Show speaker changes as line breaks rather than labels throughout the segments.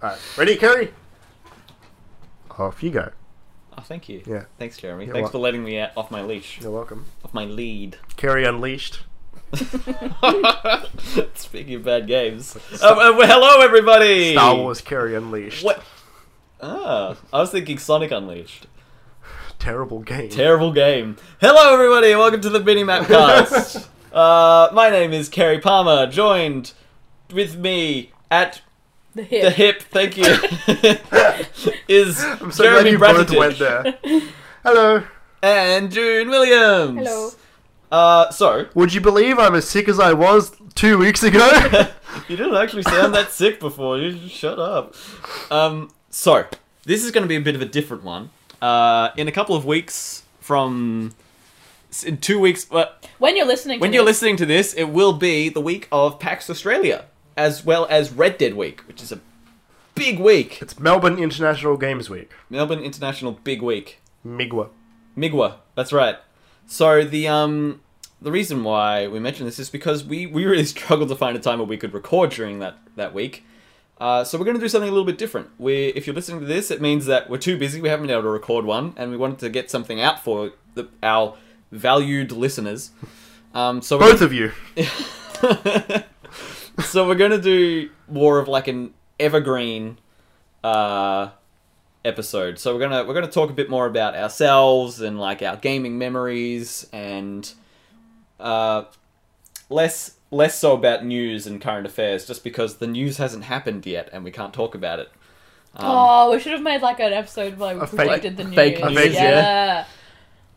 All right. Ready, Kerry? Off you go.
Oh, thank you.
Yeah.
Thanks, Jeremy.
You're
Thanks
welcome.
for letting me out off my leash,
You're welcome.
off my lead.
Kerry Unleashed.
Speaking of bad games, um, uh, well, hello everybody.
Star Wars Kerry Unleashed.
What? Ah, I was thinking Sonic Unleashed.
Terrible game.
Terrible game. Hello everybody. and Welcome to the Minimap Cast. uh, my name is Kerry Palmer. Joined with me at
The
the
hip.
hip. Thank you. is
I'm so
Jeremy
glad you both
Bratidge
went there. Hello.
and June Williams.
Hello.
Uh, so
Would you believe I'm as sick as I was two weeks ago?
you didn't actually sound that sick before. You just shut up. Um, so this is going to be a bit of a different one. Uh, in a couple of weeks from s- in two weeks, well,
When you're listening,
when
to
you're
this,
listening to this, it will be the week of PAX Australia, as well as Red Dead Week, which is a big week.
it's Melbourne International Games Week.
Melbourne International Big Week.
Migwa.
Migwa. That's right. So the um the reason why we mentioned this is because we we really struggled to find a time where we could record during that that week. Uh, so we're going to do something a little bit different. We, if you're listening to this, it means that we're too busy. We haven't been able to record one, and we wanted to get something out for the, our valued listeners. Um, so we're
Both of you.
so we're gonna do more of like an evergreen uh, episode. So we're gonna we're gonna talk a bit more about ourselves and like our gaming memories and uh, less less so about news and current affairs, just because the news hasn't happened yet and we can't talk about it. Um,
oh, we should have made like an episode where we
A fake-
predicted the news.
fake
news,
yeah.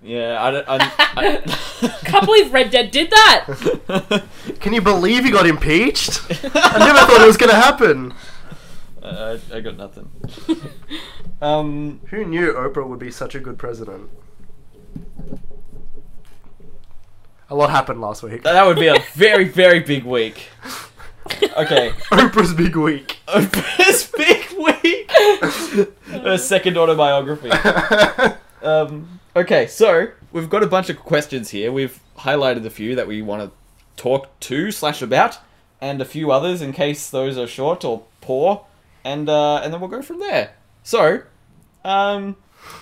Yeah, I don't. I,
Can't believe Red Dead did that.
I,
Can you believe he got impeached? I never thought it was going to happen.
I, I got nothing. Um,
Who knew Oprah would be such a good president? A lot happened last week.
that would be a very very big week. Okay.
Oprah's big week.
Oprah's Big Week. a second autobiography. Um, okay, so we've got a bunch of questions here. We've highlighted a few that we want to talk to slash about, and a few others in case those are short or poor, and uh, and then we'll go from there. So, um,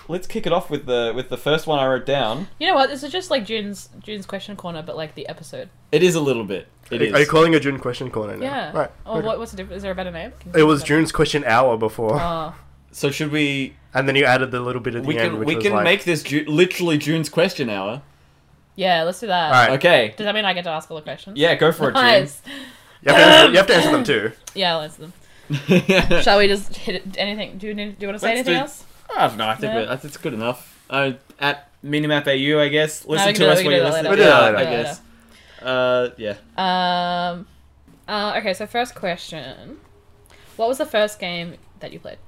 let's kick it off with the with the first one I wrote down.
you know what? This is just like June's June's question corner, but like the episode.
It is a little bit. It
Are you
is.
calling a June question corner now?
Yeah.
Right.
Or
okay.
what, what's the difference? Is there a better name? Can you
It
think
was
of
June's question hour before,
Oh.
So should we?
and then you added the little bit at the
We
end,
can
which
we
was
can
like,
make this ju- literally June's question hour.
Yeah, let's do that.
All right.
Okay.
Does that mean I get to ask all the questions?
Yeah, go for it, June.
Nice.
You have, to answer, you have to answer them too.
Yeah, I'll answer them.
I
Shall we just hit it, anything? Do you, need, do you want to say
Let's
anything
do-
else?
don't know. I think
Yeah.
we- I think it's good enough. Uh, at Minimap AU, I guess. Listen
we
to
can do
us
that-
where
we
you
can do that
listen.
later.
We'll
Yeah,
do that
I
later.
guess. Uh, yeah.
Um. Uh, okay, so first question. What was the first game that you played?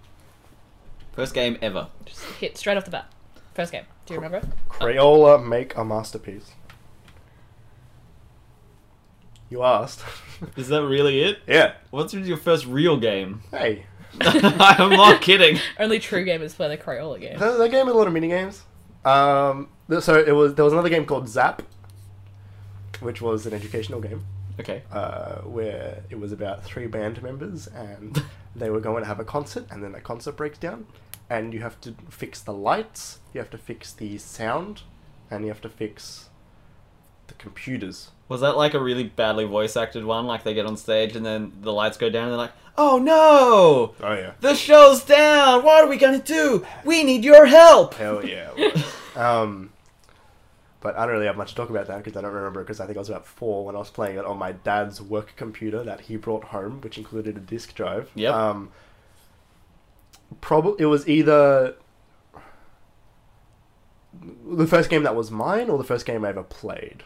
First game ever.
Just hit straight off the bat. First game. Do you remember?
Crayola make a masterpiece. You asked.
Is that really it?
yeah.
What's your first real game?
Hey,
I'm not kidding.
Only true gamers play the Crayola game.
that, that game had a lot of mini games. Um, th- so it was there was another game called Zap, which was an educational game.
Okay.
uh, where it was about three band members and they were going to have a concert and then the concert breaks down and you have to fix the lights, you have to fix the sound, and you have to fix the computers.
Was that like a really badly voice acted one? Like they get on stage and then the lights go down and they're like, oh no!
Oh yeah.
The show's down! What are we gonna do? We need your help!
Hell yeah. um, but I don't really have much to talk about that because I don't remember because I think I was about four when I was playing it on my dad's work computer that he brought home, which included a disk drive.
Yep.
Um, probably it was either the first game that was mine or the first game I ever played.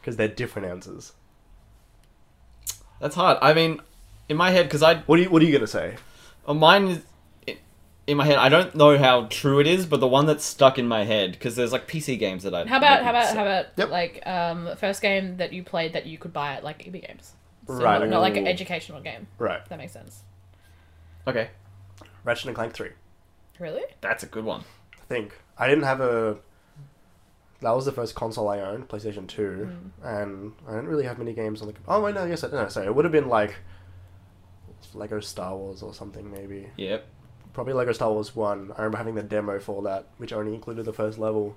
Because they're different answers.
That's hard. I mean, in my head, because I
What are you What are you gonna say?
Well, Uh, mine is in- in my head. I don't know how true it is, but the one that's stuck in my head because there's like PC games that I.
How about how about how about
Yep.
like um first game that you played that you could buy at like EB Games? So
Right,
Not, not like an
okay.
educational game.
Right.
If that makes sense.
Okay,
Ratchet and Clank Three.
Really?
that's a good one.
I think I didn't have a. That was the first console I owned, PlayStation Two, and I didn't really have many games on the. Oh wait, no, yes, I no, sorry, it would have been like Lego Star Wars or something maybe.
Yep.
Probably Lego Star Wars One. I remember having the demo for that, which only included the first level.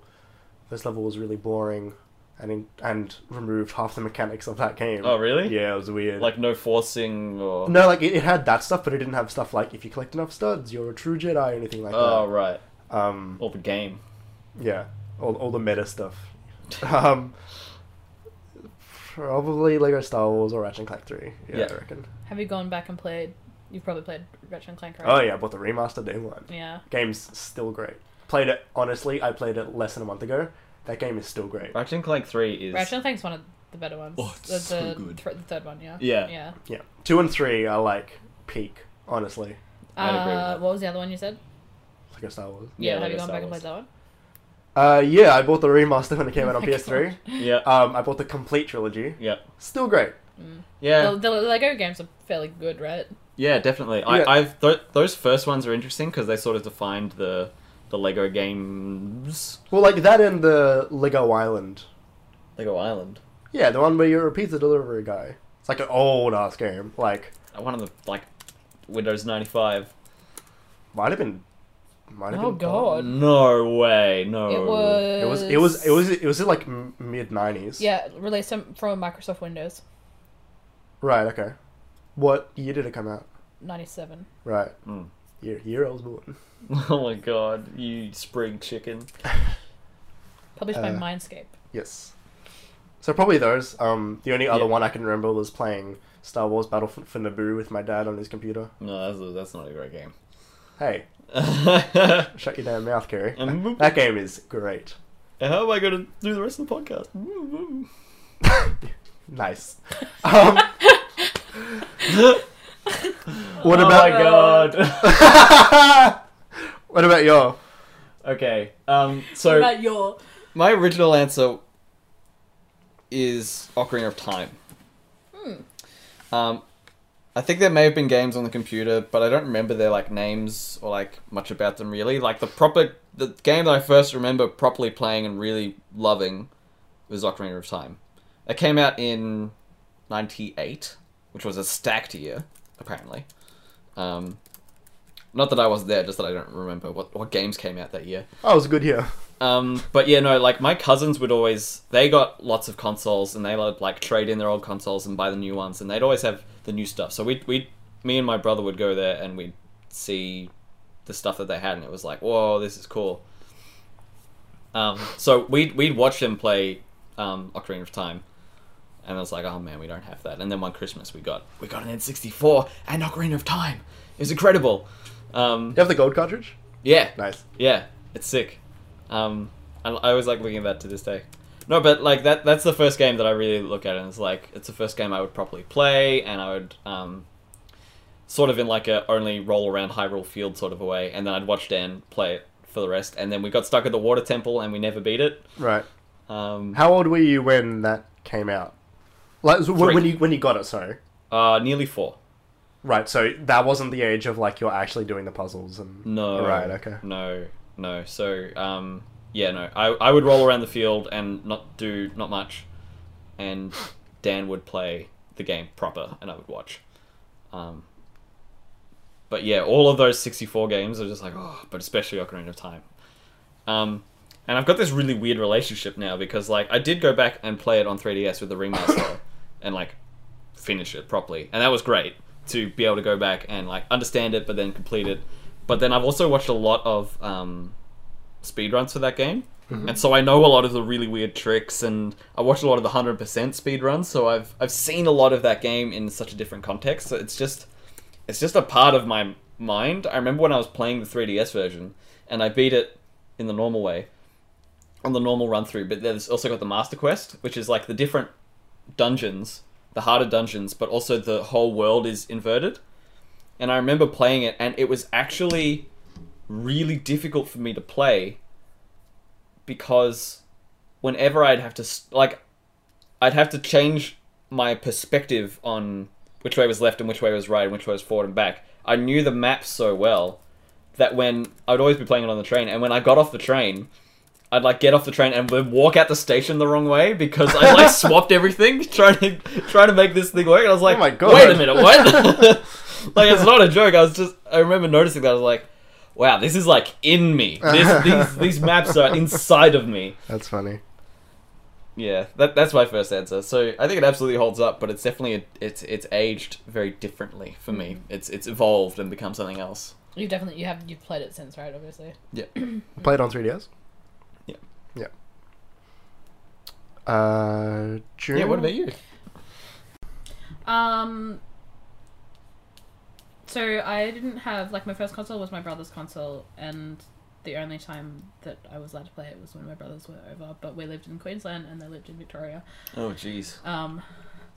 First level was really boring, and in- and removed half the mechanics of that game.
Oh, really?
Yeah, it was weird.
Like oh. no forcing or.
no, like it, it had that stuff, but it didn't have stuff like if you collect enough studs, you're a true Jedi or anything like
Oh right.
that. Um,
Or the game.
yeah, all, all the meta stuff. um, probably Lego Star Wars or Ratchet and Clank Three. Yeah,
Yeah.
I reckon.
Have you gone back and played? You've probably played Ratchet and Clank,
Oh
right?
yeah, I bought the remastered day one.
Yeah.
Game's still great. Played it honestly. I played it less than a month ago. That game is still great.
Ratchet and Clank Three is.
Ratchet and Clank's one of the better ones.
Oh, it's
the, the,
so good.
th- the third one, yeah.
Yeah.
Yeah.
Yeah, two and three are like peak. Honestly,
I'd agree with
Uh,
that.
what was the other one you said?
Lego Star Wars.
Yeah,
have
Lego
you gone
Star
back and
Wars.
played that one?
Uh, yeah, I bought the remaster when it came out on
Oh my
PS3.
Yeah.
Um, I bought the complete trilogy.
yeah.
Still great.
Yeah.
The, the Lego games are fairly good, right?
Yeah, definitely.
Yeah.
I, I've th- those first ones are interesting because they sort of defined the the Lego games.
Well, like that and the Lego Island.
Lego Island.
Yeah, the one where you're a pizza delivery guy. It's like an old ass game. Like
Uh, One of the like Windows ninety five.
might have been. Might have
Oh,
been
God.
No way. No.
It was.
Oh, It was. It was. It was. It was in like mid nineties.
Yeah, released from from Microsoft Windows
Right. Okay. What year did it come out?
'97.
Right.
Mm.
Year. Year I was born.
Oh my god! You spring chicken.
Published by
Uh,
Mindscape.
Yes. So probably those. Um, the only other
Yeah.
one I can remember was playing Star Wars Battle for, for Naboo with my dad on his computer.
No, that's that's not a great game.
Hey,
How
shut your damn mouth, Kerry.
Um,
that game is great.
am I going to do the rest of the podcast?
Nice. Um, what
oh my
about?
god.
what about your?
okay. Um. So
about your?
My original answer is Ocarina of Time. Um, I think there may have been games on the computer, but I don't remember their like names or like much about them really. Like the proper the game that I first remember properly playing and really loving was Ocarina of Time. It came out in '98, which was a stacked year apparently. Um, not that I was there, just that I don't remember what, what games came out that year.
Oh, it was a good year.
Um, but yeah, no, like my cousins would always they got lots of consoles and they would like trade in their old consoles and buy the new ones and they'd always have the new stuff. So we we me and my brother would go there and we'd see the stuff that they had and it was like, whoa, this is cool. Um, so we'd we'd watch them play um, Ocarina of Time, and I was like, oh man, we don't have that. And then one Christmas we got we got an N sixty four and Ocarina of Time. It was incredible. Um,
You have the gold cartridge.
yeah,
Nice.
yeah, it's sick. Um, I, I always like looking at that to this day. No, but like that—that's the first game that I really look at, and it's like it's the first game I would properly play, and I would um, sort of in like a only roll around Hyrule Field sort of a way, and then I'd watch Dan play it for the rest, and then we got stuck at the Water Temple, and we never beat it.
Right.
Um,
How old were you when that came out? Like so when
Three.
when you when you got it. Sorry.
uh, nearly four.
Right. So that wasn't the age of like you're actually doing the puzzles and.
No.
Right. Okay.
No, no. So, um, yeah, no. I, I would roll around the field and not do not much, and Dan would play the game proper, and I would watch. Um, but yeah, all of those sixty-four games are just like, oh, but especially Ocarina of Time. Um, and I've got this really weird relationship now because like I did go back and play it on 3DS with the remaster, and like finish it properly, and that was great to be able to go back and like understand it, but then complete it. But then I've also watched a lot of um, speedruns for that game, and so I know a lot of the really weird tricks, and I watched a lot of the hundred percent speedruns. So I've I've seen a lot of that game in such a different context. So it's just it's just a part of my mind. I remember when I was playing the 3DS version, and I beat it in the normal way, on the normal run through. But there's also got the Master Quest, which is like the different dungeons, the harder dungeons, but also the whole world is inverted. And I remember playing it, and it was actually really difficult for me to play because whenever I'd have to s- like, I'd have to change my perspective on which way was left and which way was right and which way was forward and back. I knew the map so well that when I'd always be playing it on the train, and when I got off the train, I'd like get off the train and would walk out the station the wrong way because I like swapped everything trying to trying to make this thing work. And I was like,
Oh my God.
wait a minute, what? Like it's not a joke. I was just I remember noticing that I was like, wow, this is like in me. This, these these maps are inside of me.
That's funny.
Yeah, that that's my first answer. So I think it absolutely holds up, but it's definitely it's it's aged very differently for me. It's it's evolved and become something else.
You definitely you have you've played it since, right? Obviously.
Played on 3DS.
Yeah.
Yeah. Uh, June.
Yeah. What about you?
Um. So I didn't have like my first console was my brother's console, and the only time that I was allowed to play it was when my brothers were over. But we lived in Queensland and they lived in Victoria.
Oh jeez.
Um,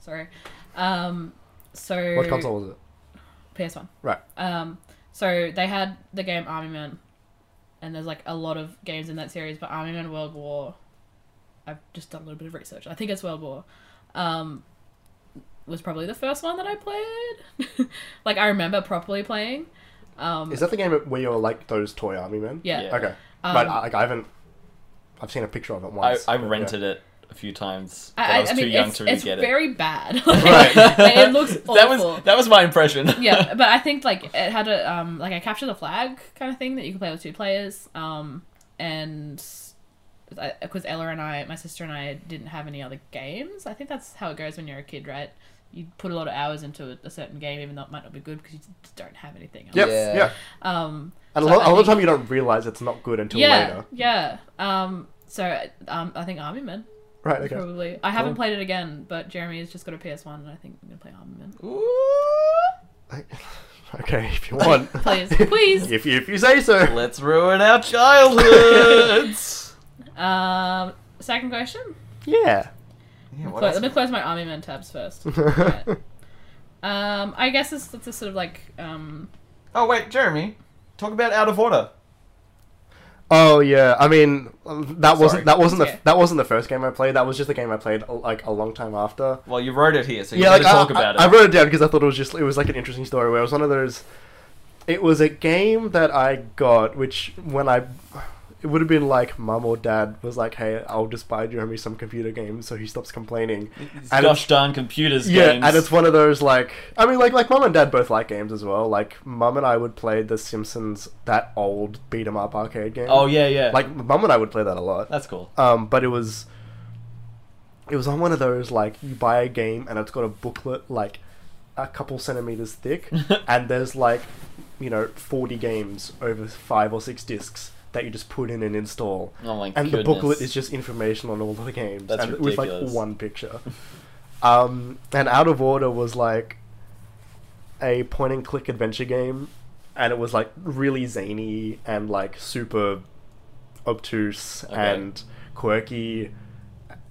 sorry. Um, so
What console was it?
PS One.
Right.
Um, so they had the game Army Man, and there's like a lot of games in that series, but Army Man World War. I've just done a little bit of research. I think it's World War. Um, was probably the first one that I played. like I remember properly playing. Um,
Is that the game where you're like those toy army men?
yeah.
Yeah.
Okay.
Um,
but uh, like, I haven't. I've seen a picture of it
I,
once.
I
but, yeah.
rented it a few times. But I,
I, I,
was
I
too
mean,
young
it's,
to really
it's
get it.
very bad.
Right.
Like, it looks awful.
that was that was my impression.
yeah, but I think like it had a um like a capture the flag kind of thing that you could play with two players. Um, and because Ella and I, my sister and I, didn't have any other games. I think that's how it goes when you're a kid, right? You put a lot of hours into a, a certain game, even though it might not be good because you just don't have anything else.
Yep,
Yeah.
yeah.
Um,
And
So
a, lot, a
I
lot of
think-
time you don't realize it's not good until
yeah,
later.
yeah. Um, so um, I think Army Men
Right. Okay.
probably. I haven't
Cool.
played it again, but Jeremy has just got a PS One, and I think I'm gonna play Army Men.
okay. If you want.
Please, please.
if you if you say so.
Let's ruin our childhoods.
Um, second question.
Yeah.
yeah, what
Clo-
else?
let me close my army men tabs first. Right. Um, I guess it's, it's a sort of like um,
Oh wait, Jeremy, talk about out of order.
Oh yeah, I mean that
Sorry.
wasn't that wasn't the
Yeah.
that wasn't the first game I played. That was just the game I played like a long time after.
Well, you wrote it here, so you
yeah,
got
like
to
I,
talk
I-
about
I
it.
wrote it down because I thought it was just it was like an interesting story where it was one of those. It was a game that I got, which when I, it would have been like mum or dad was like, "Hey, I'll just buy Jeremy some computer games so he stops complaining."
These
and
gosh darn computers
Yeah,
games.
and it's one of those like I mean, like like mum and dad both like games as well. Like mum and I would play The Simpsons, that old beat 'em up arcade game.
oh yeah, yeah.
like mum and I would play that a lot
that's cool.
um, but it was it was on one of those like you buy a game and it's got a booklet like a couple centimeters thick and there's like you know 40 games over five or six discs that you just put in and install
Oh my
and
goodness.
the booklet is just information on all of the games
That's
and with
ridiculous.
like one picture um, and out of order was like a point and click adventure game and it was like really zany and like super obtuse
Okay.
and quirky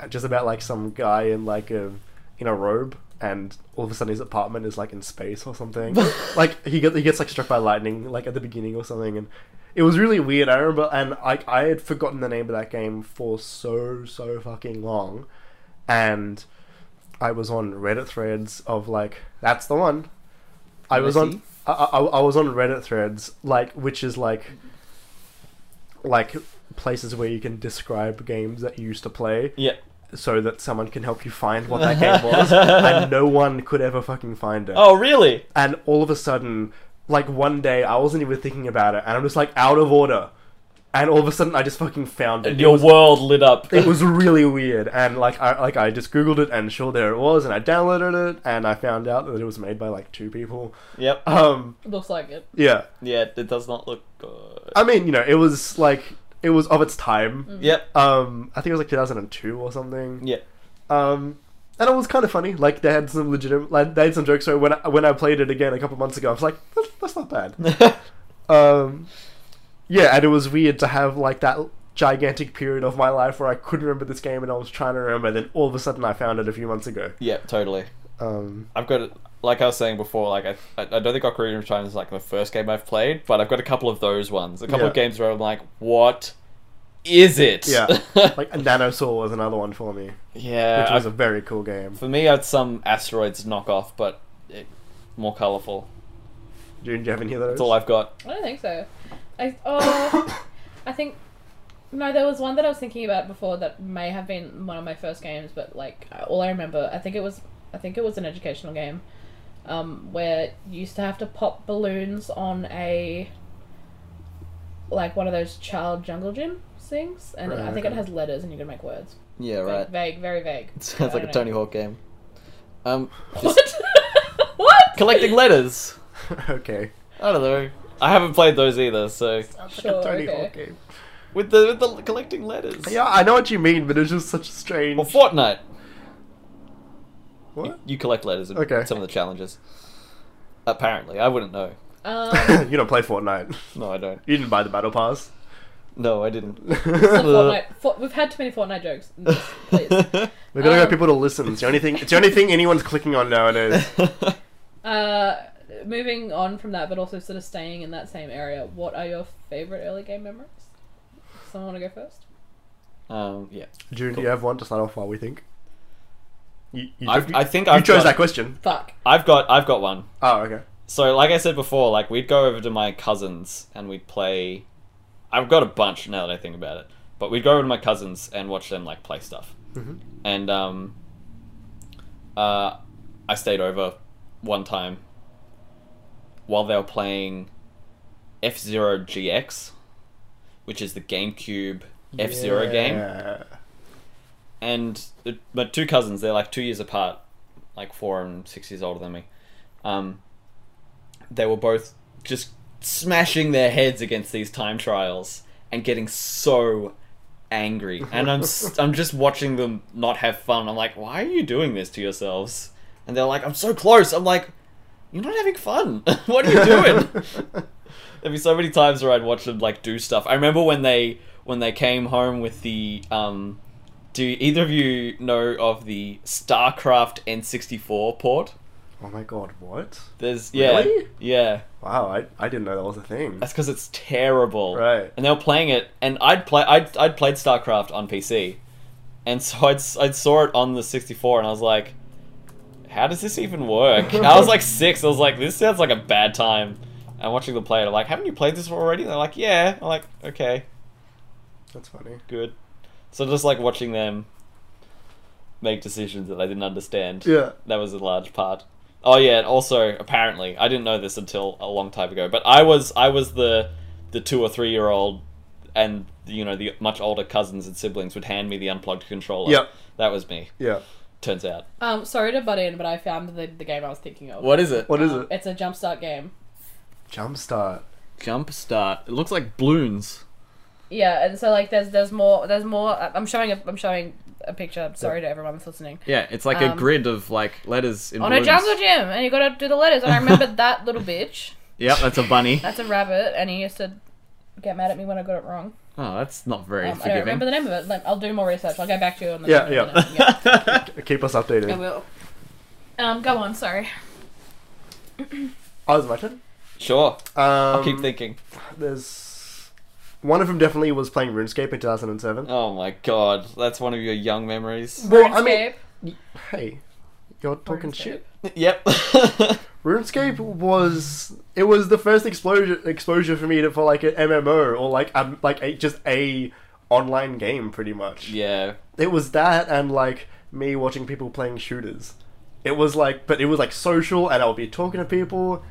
uh, just about like some guy in like a in a robe and all of a sudden his apartment is like in space or something like he gets he gets like struck by lightning like at the beginning or something and it was really weird i remember and i i had forgotten the name of that game for so so fucking long and i was on reddit threads of like that's the one i was on
Lucy?
I, I, I was on reddit threads like which is like like places where you can describe games that you used to play
yeah.
so that someone can help you find what that game was and no one could ever fucking find it
Oh really?
and all of a sudden like one day i wasn't even thinking about it and i'm just like out of order and all of a sudden i just fucking found it
Your
it, was,
world lit up.
it was really weird and like i like i just googled it and sure there it was and i downloaded it and i found out that it was made by like two people
yep.
um
looks like it.
yeah
Yeah, it does not look good.
i mean you know it was like it was of its time
Yep.
um i think it was like 2002 or something
Yeah.
Um, and it was kind of funny. Like they had some legitimate, like they had some jokes. So when I, when I played it again a couple months ago, I was like, that's, that's not bad. um, yeah, and it was weird to have like that gigantic period of my life where I couldn't remember this game and I was trying to remember. Then all of a sudden, I found it a few months ago.
yep. Totally.
Um,
I've got like I was saying before, like I, I I don't think Ocarina of Time is like the first game I've played, but I've got a couple of those ones, a couple
Yeah.
of games where I'm like, what is it?
yeah, like Nanosaur was another one for me, which
yeah.
was
I-
a very cool game.
for me, I had some asteroids knockoff, but it, more colorful.
Did you have any of those?
That's all I've got.
I don't think so. I oh, I think no. There was one that I was thinking about before that may have been one of my first games, but like all I remember, I think it was I think it was an educational game. um, where you used to have to pop balloons on a like one of those child jungle gym things, and
Right,
I think
okay.
it has letters, and you can make words.
Yeah,
Vague-
right.
Vague, very vague.
It sounds
I
like a
don't
Tony Hawk game. Um,
know. What? what?
collecting letters.
okay.
I don't know. I haven't played those either. So
Sure,
Tony
okay.
Hawk game.
with the with the collecting letters.
Yeah, I know what you mean, but it's just such a strange.
Or Fortnite.
What?
You collect letters. in
Okay.
Some of the challenges. Apparently, I wouldn't know.
Um,
you don't play Fortnite.
No, I don't.
You didn't buy the battle pass.
No, I didn't.
the
We're
Fortnite, for, we've had too many Fortnite jokes. in this, Please.
gonna
Um,
get people to listen. It's the only thing. It's the only thing anyone's clicking on nowadays.
Uh, moving on from that, but also sort of staying in that same area. What are your favorite early game memories? Someone want to go first?
um, yeah.
June, do you have one to start off while we think? You, you,
I've, I think
you
I've
chose
got,
that question.
Fuck.
I've got I've got one.
Oh, okay.
So, like I said before, like we'd go over to my cousins and we'd play. I've got a bunch now that I think about it, but we'd go over to my cousins and watch them like play stuff.
Mhm.
And um, uh, I stayed over one time while they were playing F Zero GX, which is the GameCube F Zero game
Yeah.
and the, my two cousins, they're like two years apart, like four and six years older than me. Um, they were both just smashing their heads against these time trials and getting so angry. And I'm s- I'm just watching them not have fun. I'm like, why are you doing this to yourselves? And they're like, I'm so close. I'm like, you're not having fun. what are you doing? There'd be so many times where I'd watch them like do stuff. I remember when they when they came home with the um. Do either of you know of the StarCraft N64 port?
oh my god, what?
There's yeah
Really?
yeah.
Wow, I, I didn't know that was a thing.
That's because it's terrible.
Right.
And they were playing it, and I'd play I'd I'd played StarCraft on PC, and so I'd s- I'd saw it on the 64, and I was like, how does this even work? I was like six. I was like, this sounds like a bad time. And watching them play it, I'm like, haven't you played this already? And they're like, yeah. I'm like, okay,
That's funny.
good. So just like watching them make decisions that I didn't understand.
Yeah.
That was a large part. Oh yeah, and also apparently I didn't know this until a long time ago, but I was I was the the two or three year old, and you know the much older cousins and siblings would hand me the unplugged controller.
Yep.
that was me.
Yeah.
Turns out.
Um, sorry to butt in, but I found the, the game I was thinking of.
What is it?
What is
Um,
it?
It's a jumpstart game.
Jumpstart.
Jump start. It looks like balloons.
Yeah, and so like there's there's more there's more. I- I'm showing a, I'm showing a picture. Sorry to everyone that's listening.
Yeah, it's like
a Um,
grid of like letters in
On a jungle gym, and you got to do the letters. And I remember that little bitch.
Yep, that's a bunny.
That's a rabbit, and he used to get mad at me when I got it wrong.
oh, that's not very
Um, I don't remember the name of it. Like, I'll do more research. I'll go back to you on the
Yeah,
in a
yeah.
minute.
Keep us updated.
I will. Um, go on. Sorry.
Oh, it's my turn. Um,
sure. I'll keep thinking.
There's one of them definitely was playing RuneScape in 2007.
Oh my god, that's one of your young memories.
Well, I mean,
RuneScape.
hey, you're talking shit.
yep.
RuneScape was it was the first exposure exposure for me to for like an MMO or like um like a, just a online game pretty much.
yeah.
It was that and like me watching people playing shooters. It was like but it was like social and I would be talking to people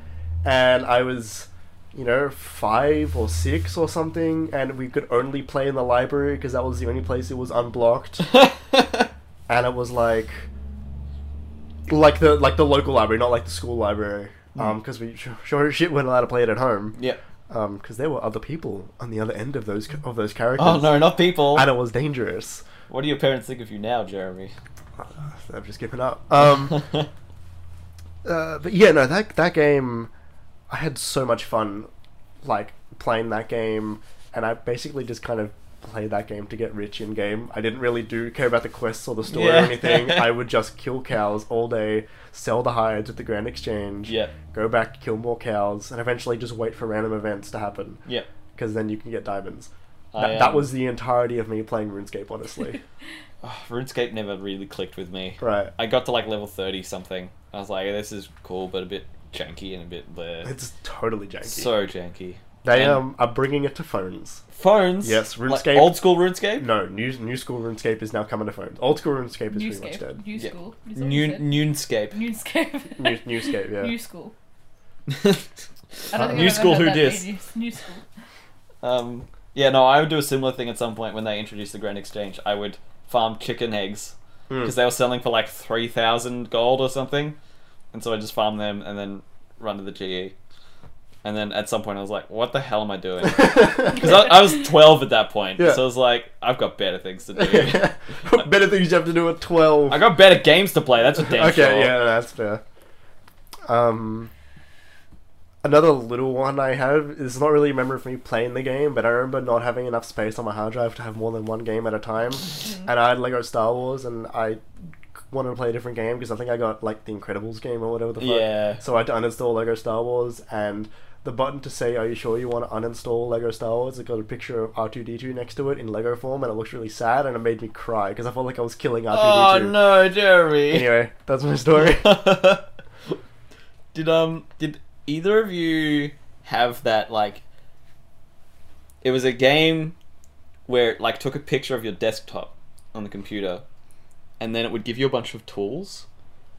and I was you know 5 or 6 or something and we could only play in the library because that was the only place it was unblocked and it was like like the like the local library, not like the school library.
Mm.
Um, because we sure, sure as shit weren't allowed to play it at home.
yep.
Um, because there were other people on the other end of those of those characters.
Oh no, not people.
And it was dangerous.
What do your parents think of you now, Jeremy?
So I've just given up. Um, uh, but yeah, no, that that game, I had so much fun, like playing that game, and I basically just kind of played that game to get rich in game. I didn't really do care about the quests or the story
Yeah.
or anything. I would just kill cows all day, sell the hides at the Grand Exchange,
yep.
go back, kill more cows, and eventually just wait for random events to happen
Yep.
because then you can get diamonds. That,
I,
that
um,
was the entirety of me playing RuneScape, honestly.
oh, RuneScape never really clicked with me.
right.
I got to like level thirty something. I was like, this is cool, but a bit janky and a bit bleh.
It's totally janky.
so janky.
They
And-
um, are bringing it to phones.
Phones.
Yes,
Like
RuneScape.
old school RuneScape.
No, new new school RuneScape is now coming to phones. Old school RuneScape is
New
pretty much
scape.
dead.
New
Yeah.
school. Is that what you
New,
said?
Newscape.
Newscape.
New, new Scape, yeah.
New school. I don't think I've
Uh,
New
ever
school
heard
who
that
dis?
name. New school.
um, yeah, no, I would do a similar thing at some point when they introduced the Grand Exchange. I would farm chicken eggs
Mm.
because they were selling for like three thousand gold or something, and so I just farm them and then run to the GE. And then at some point I was like, "What the hell am I doing?" Because I, I was twelve at that point,
Yeah.
so I was like, "I've got better things to do.
Better things you have to do at twelve.
I got better games to play." That's a damn
okay,
sure.
yeah, that's fair. Um, another little one I have is not really a memory of me playing the game, but I remember not having enough space on my hard drive to have more than one game at a time. And I had Lego Star Wars, and I wanted to play a different game because I think I got like the Incredibles game or whatever the fuck.
Yeah.
So I had to uninstall Lego Star Wars, and the button to say "Are you sure you want to uninstall Lego Star Wars?" it got a picture of R two D two next to it in Lego form, and it looks really sad, and it made me cry because I felt like I was killing R
Oh
two D two.
no, Jeremy.
Anyway, that's my story.
did um did either of you have that like it was a game where it like took a picture of your desktop on the computer and then it would give you a bunch of tools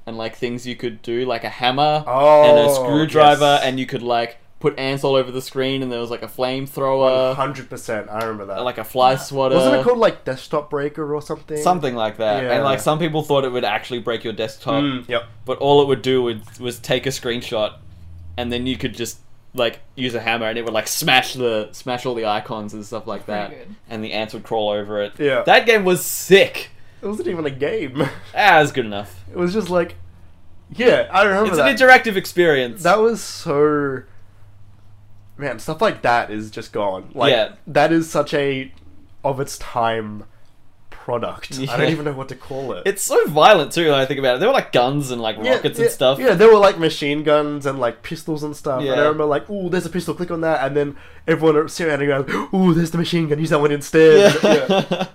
and like things you could do like a hammer and a
Oh,
screwdriver
yes.
and you could like put ants all over the screen and there was like a flamethrower
Hundred percent, I remember that.
Uh, like a fly swatter
Wasn't it called like Desktop Breaker or something?
something like that
Yeah.
and like some people thought it would actually break your desktop
Mm, yep.
but all it would do would, was take a screenshot and then you could just like use a hammer and it would like smash the smash all the icons and stuff like
Pretty
that
good.
and the ants would crawl over it
Yeah.
that game was sick
It wasn't even a game.
ah it was good enough
It was just like, yeah, I remember
it's
that.
an interactive experience
that was so. Man, stuff like that is just gone. Like
Yeah.
that is such a of its time product. I
Yeah.
don't even know what to call it.
it's so violent too when i think about it there were like guns and like
Yeah,
rockets
yeah,
and stuff
Yeah, there were like machine guns and like pistols and stuff. And
Yeah.
I remember like, ooh, there's a pistol, click on that, and then everyone surrounding around, ooh, there's the machine gun, use that one instead. Yeah.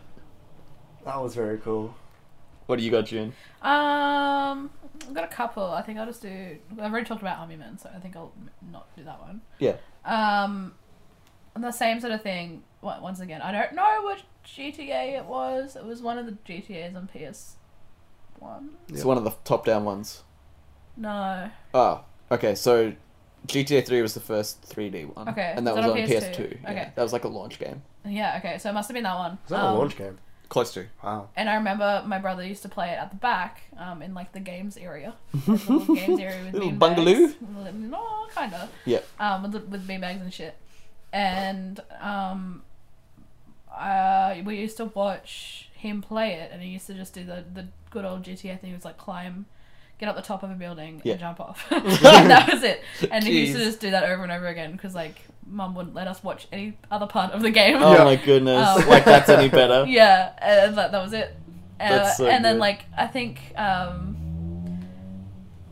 That was very cool.
what do you got june
Um, I've got a couple. I think I'll just do. I've already talked about Army Men, so I think I'll m- not do that one.
yeah
Um, and the same sort of thing. on- Once again, I don't know what GTA it was. It was one of the GTA's on PS One.
it's
Yeah.
one of the top down ones
No.
oh okay so gta 3 was the first 3d one
Okay, and that was was it on on PS2? PS2, yeah. Okay.
that was like a launch game
Yeah. Okay. So it must have been that one.
Is that
Um,
a launch game?
close to
Wow.
And I remember my brother used to play it at the back, um, in like the games area, the little games area with
Little
beanbags.
bungaloo?
No, kind of.
yeah
um, with, the, with beanbags and shit. And um, uh, we used to watch him play it, and he used to just do the, the good old GTA thing. He was like climb, get up the top of a building,
Yeah.
and jump off. and that was it. And he used to
Jeez.
just do that over and over again because like mum wouldn't let us watch any other part of the game.
Oh
Yeah.
my goodness!
Um,
like that's any better?
Yeah, and that, that was it. Uh,
That's so
and then
good.
like I think um,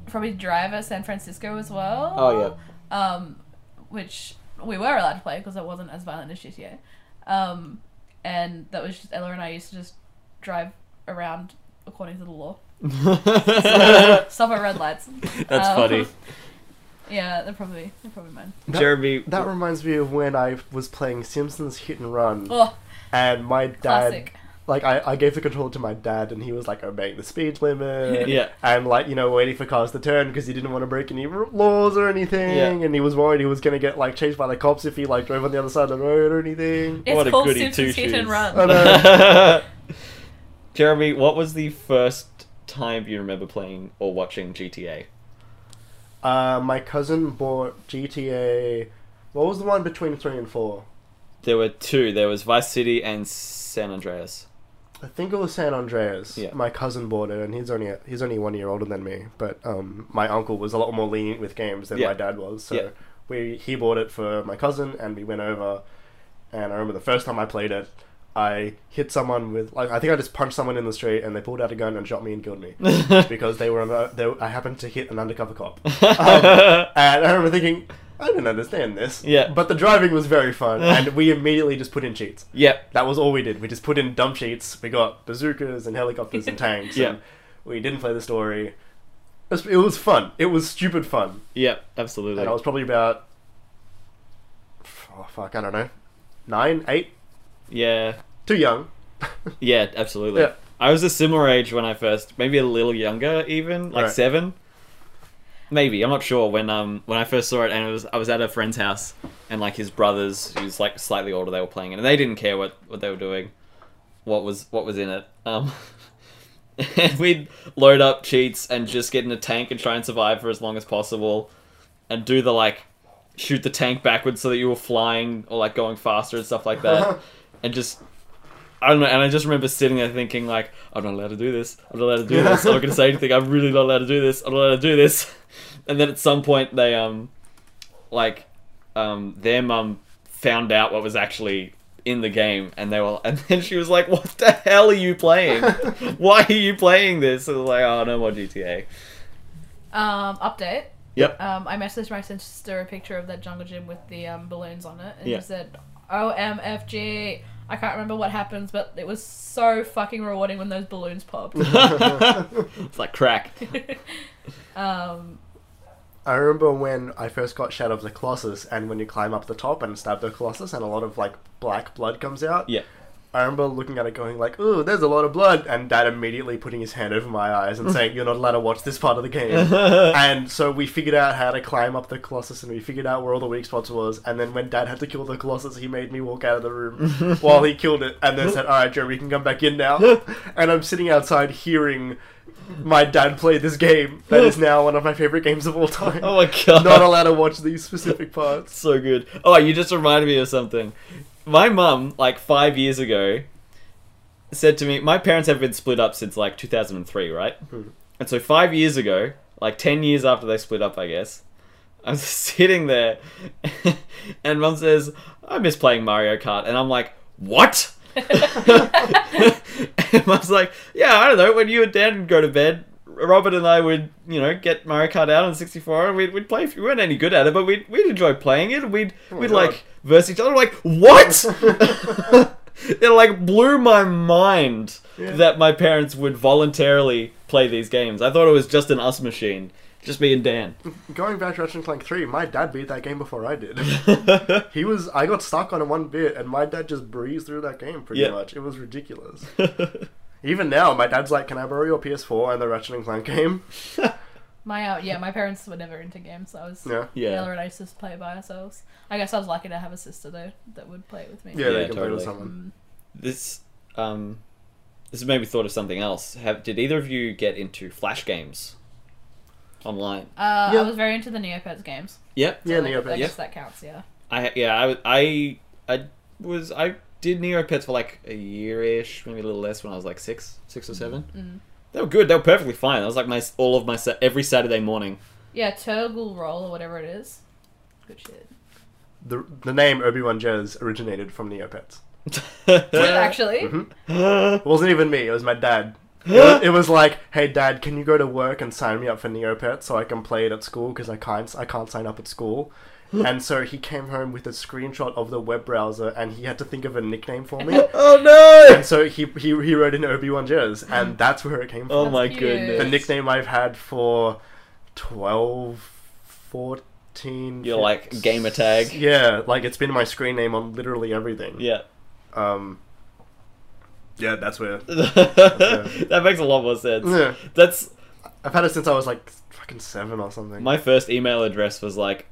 probably Driver San Francisco as well
Oh yeah.
um, which we were allowed to play because it wasn't as violent as GTA. Um, and that was just Ella and I used to just drive around according to the law.
that's
Stop at red lights. Um,
funny.
Yeah, they're probably they're probably mine.
That-
Jeremy,
That reminds me of when I was playing Simpsons Hit and Run,
Oh,
and my dad,
classic.
like, I, I gave the control to my dad, and he was like obeying the speed limit,
Yeah.
and like you know waiting for cars to turn because he didn't want to break any r- laws or anything,
Yeah.
and he was worried he was gonna get like chased by the cops if he like drove on the other side of the road or anything.
It's
what a
called
goody
Simpsons Hit and
two-shoes.
I
Run.
know.
Jeremy, what was the first time you remember playing or watching GTA?
Uh, my cousin bought GTA. What was the one between three and four?
There were two. There was Vice City and San Andreas.
I think it was San Andreas.
Yeah.
My cousin bought it, and he's only he's only one year older than me. But um, my uncle was a lot more lenient with games than
Yeah.
my dad was. So
Yeah.
we he bought it for my cousin, and we went over. And I remember the first time I played it, I hit someone with like I think I just punched someone in the street, and they pulled out a gun and shot me and killed me because they were on a, they, I happened to hit an undercover cop. Um, and I remember thinking. I didn't understand this.
Yeah.
But the driving was very fun, and we immediately just put in cheats.
yep.
That was all we did. We just put in dump sheets. We got bazookas and helicopters and tanks.
Yeah.
And we didn't play the story. It was, it was fun. It was stupid fun.
Yep. Absolutely.
And I was probably about. I fuck, I don't know, nine, eight,
Yeah.
too young.
Yeah, absolutely.
Yeah.
I was a similar age when I first, maybe a little younger, even like
Right.
seven, maybe I'm not sure. When um when I first saw it, and it was I was at a friend's house, and like his brothers, who's like slightly older, they were playing it, and they didn't care what what they were doing, what was what was in it. Um, and we'd load up cheats and just get in a tank and try and survive for as long as possible, and do the like shoot the tank backwards so that you were flying or like going faster and stuff like that, and just I don't know, and I just remember sitting there thinking like, I'm not allowed to do this. I'm not allowed to do this. I'm not gonna say anything. I'm really not allowed to do this. I'm not allowed to do this. And then at some point they um, like, um, their mum found out what was actually in the game, and they were, and then she was like, "What the hell are you playing? Why are you playing this?" And I was like, "Oh, no more GTA."
Um, update.
Yep.
Um, I messaged my sister a picture of that jungle gym with the um, balloons on it, and
Yeah.
she said, "OMFG." I can't remember what happens, but it was so fucking rewarding when those balloons popped.
it's like crack.
um,
I remember when I first got Shadow of the Colossus, and when you climb up the top and stab the Colossus, and a lot of like black blood comes out.
Yeah.
I remember looking at it, going like, "Ooh, there's a lot of blood," and Dad immediately putting his hand over my eyes and saying, "You're not allowed to watch this part of the game."
Oh
and so we figured out how to climb up the Colossus, and we figured out where all the weak spots was. And then when Dad had to kill the Colossus, he made me walk out of the room while he killed it, and then said, "All right, Jeremy, you can come back in now." and I'm sitting outside hearing my dad play this game that is now one of my favorite games of all time
Oh my god.
not allowed to watch these specific parts.
so good. Oh, you just reminded me of something. My mum, like five years ago, said to me, my parents have been split up since like 2003, right?
Hmm.
And so five years ago, like 10 years after they split up, I guess, I'm sitting there and mum says, I miss playing Mario Kart. And I'm like, what? and mum's like, yeah, I don't know. When you and Dad would go to bed, Robert and I would, you know, get Mario Kart out on 64 and we'd, we'd play. We weren't any good at it, but we'd, we'd enjoy playing it. We'd, we'd
Oh God.
like verse each other. I'm like, what? it like blew my mind
Yeah.
that my parents would voluntarily play these games. I thought it was just an us machine, just me and Dan.
Going back to Ratchet & Clank 3, my dad beat that game before I did. he was I got stuck on it one bit and my dad just breezed through that game pretty
Yeah.
much. It was ridiculous. Even now, my dad's like, Can I borrow your PS4 and the Ratchet and Clank game?
my uh, yeah, my parents were never into games, so I was
Yeah.
Ella
yeah.
and I used to play by ourselves. I guess I was lucky to have a sister though that would play with me.
Yeah,
Yeah,
they can play
totally.
with someone.
This um this made me thought of something else. Have did either of you get into flash games online?
Uh,
Yeah.
I was very into the Neopets games.
Yep.
Yeah,
so like, I
Neopets.
guess that counts. Yeah.
I yeah, I I I was I did Neopets for like a year ish, maybe a little less when I was like six, six or seven.
Mm.
They were good. They were perfectly fine. That was like my all of my sa- every Saturday morning.
Yeah, Turgle Roll or whatever it is. Good shit.
The, the name Obi-Wan Jez originated from Neopets.
Is it actually?
Mhm.
actually.
It wasn't even me, it was my dad. It was, it was like, hey dad, can you go to work and sign me up for Neopets so I can play it at school because I can't I can't sign up at school. And so he came home with a screenshot of the web browser and he had to think of a nickname for me.
oh no!
and so he, he he wrote in Obi Wan Jez, and that's where it came from.
Oh
That's
my
cute.
goodness.
the nickname I've had for 12, 14...
You're like gamer tag.
Yeah, like it's been my screen name on literally everything.
Yeah.
Um, yeah, that's where...
Uh, that makes a lot more sense.
Yeah.
That's
I've had it since I was like fucking seven or something.
my first email address was like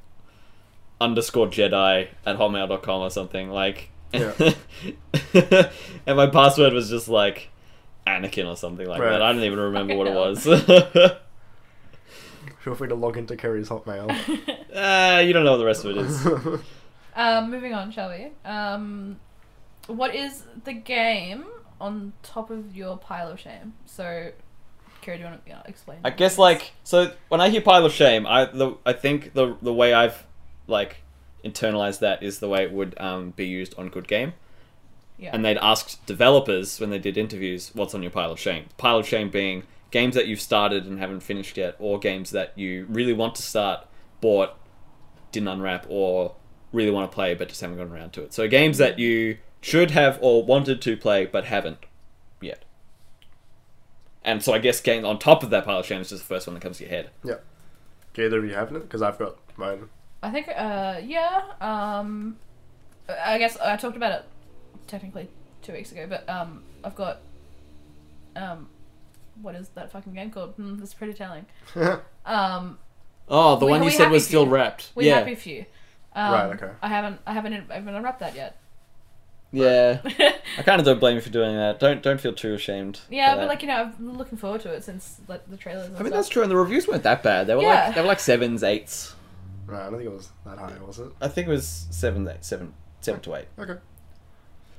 underscore Jedi at hotmail.com or something. Like
Yeah.
and my password was just like Anakin or something like
Right.
that. I don't even remember what it was.
Feel free to log into Kerry's Hotmail.
Ah, you don't know what the rest of it is.
Um, moving on, shall we? Um, what is the game on top of your pile of shame? So, Kira, do you want to yeah, explain?
I
that?
guess like so when I hear pile of shame, I the I think the the way I've like internalized that is the way it would um, be used on Good Game.
Yeah.
And they'd ask developers when they did interviews, "What's on your pile of shame?" Pile of shame being games that you've started and haven't finished yet, or games that you really want to start, bought, didn't unwrap, or really want to play but just haven't gotten around to it. So games that you should have or wanted to play but haven't yet. And so I guess games on top of that pile of shame is just the first one that comes to your head.
yeah. Do either of you have it? Because I've got mine.
I think. Uh, yeah. Um, I guess I talked about it technically two weeks ago, but um, I've got um, what is that fucking game called? Hmm, that's pretty telling. Um,
Oh, the
We-
one you
we
said
happy
was still
few.
wrapped.
we
yeah,
happy few. Um,
Right, okay.
I haven't, I haven't, I haven't unwrapped that yet.
yeah. I kind of don't blame you for doing that. Don't don't feel too ashamed.
yeah,
for
but
that.
like you know, I'm looking forward to it since like the trailers. And
I mean
stuff.
that's true, and the reviews weren't that bad. They were
Yeah.
like they were like sevens, eights.
Right, I don't think it was that high, was it?
I think it was seven, eight, seven, seven to eight.
Okay.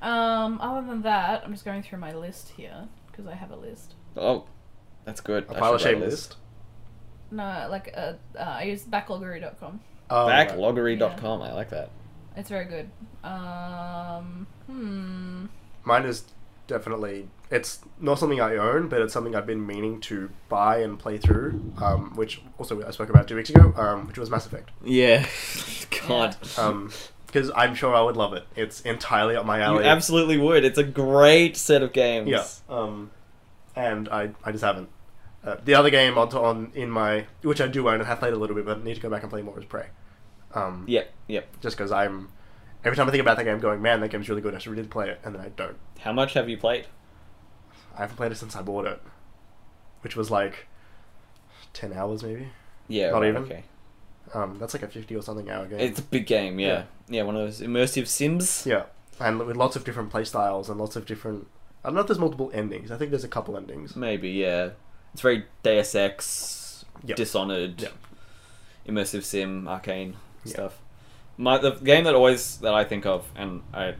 Um, other than that, I'm just going through my list here because I have a list.
Oh, that's good.
A
I
pile of
should write
shame list.
No, like uh, uh, I use backloggery.com.
Oh, right.
Backloggery.com. I like that.
It's very good. Um, hmm.
Mine is definitely it's not something I own, but it's something I've been meaning to buy and play through. Um, which also I spoke about two weeks ago, um, which was Mass Effect.
Yeah. God.
Um, Because I'm sure I would love it. It's entirely up my alley.
you absolutely would. It's a great set of games.
Yeah. Um, and I, I just haven't. Uh, the other game on, on in my which I do own and have played a little bit, but need to go back and play more is Prey. Um,
Yep. Yep.
Just because I'm every time I think about that game, going, man, that game's really good. I should really play it, and then I don't.
How much have you played?
I haven't played it since I bought it, which was like ten hours maybe.
Yeah.
Not
right,
even.
Okay.
Um, that's like a fifty or something hour game.
It's a big game. Yeah.
Yeah.
yeah. one of those immersive sims.
yeah, and with lots of different play styles and lots of different. I don't know if there's multiple endings. I think there's a couple endings.
Maybe. Yeah. It's very Deus Ex,
Yep.
Dishonored,
Yep.
immersive sim, arcane
Yeah.
stuff. My the game that always that I think of, and I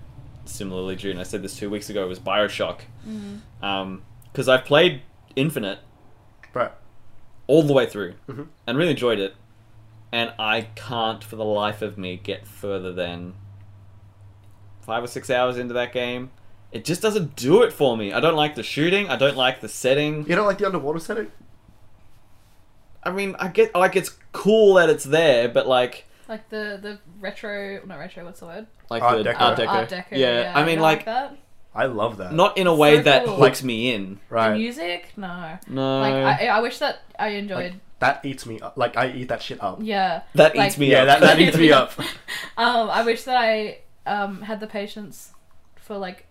similarly, June, I said this two weeks ago was Bioshock, because I've played Infinite
But
all the way through
Mhm.
and really enjoyed it. And I can't for the life of me get further than five or six hours into that game. It just doesn't do it for me. I don't like the shooting. I don't like the setting.
you don't like the underwater setting?
I mean, I get like it's cool that it's there, but like
Like the the retro, not retro. What's the word?
like
Art
the
Deco.
Art Deco.
Art Deco.
Yeah. I
you
mean,
don't
like,
that.
I love that.
not in a way
So
that
cool.
hooks me in.
The
right.
music. No.
No,
Like I, I wish that I enjoyed.
That eats me up. Like I eat that shit up.
yeah.
that
like-
eats me
Yeah,
up.
that, that eats me up.
Um, I wish that I um had the patience for like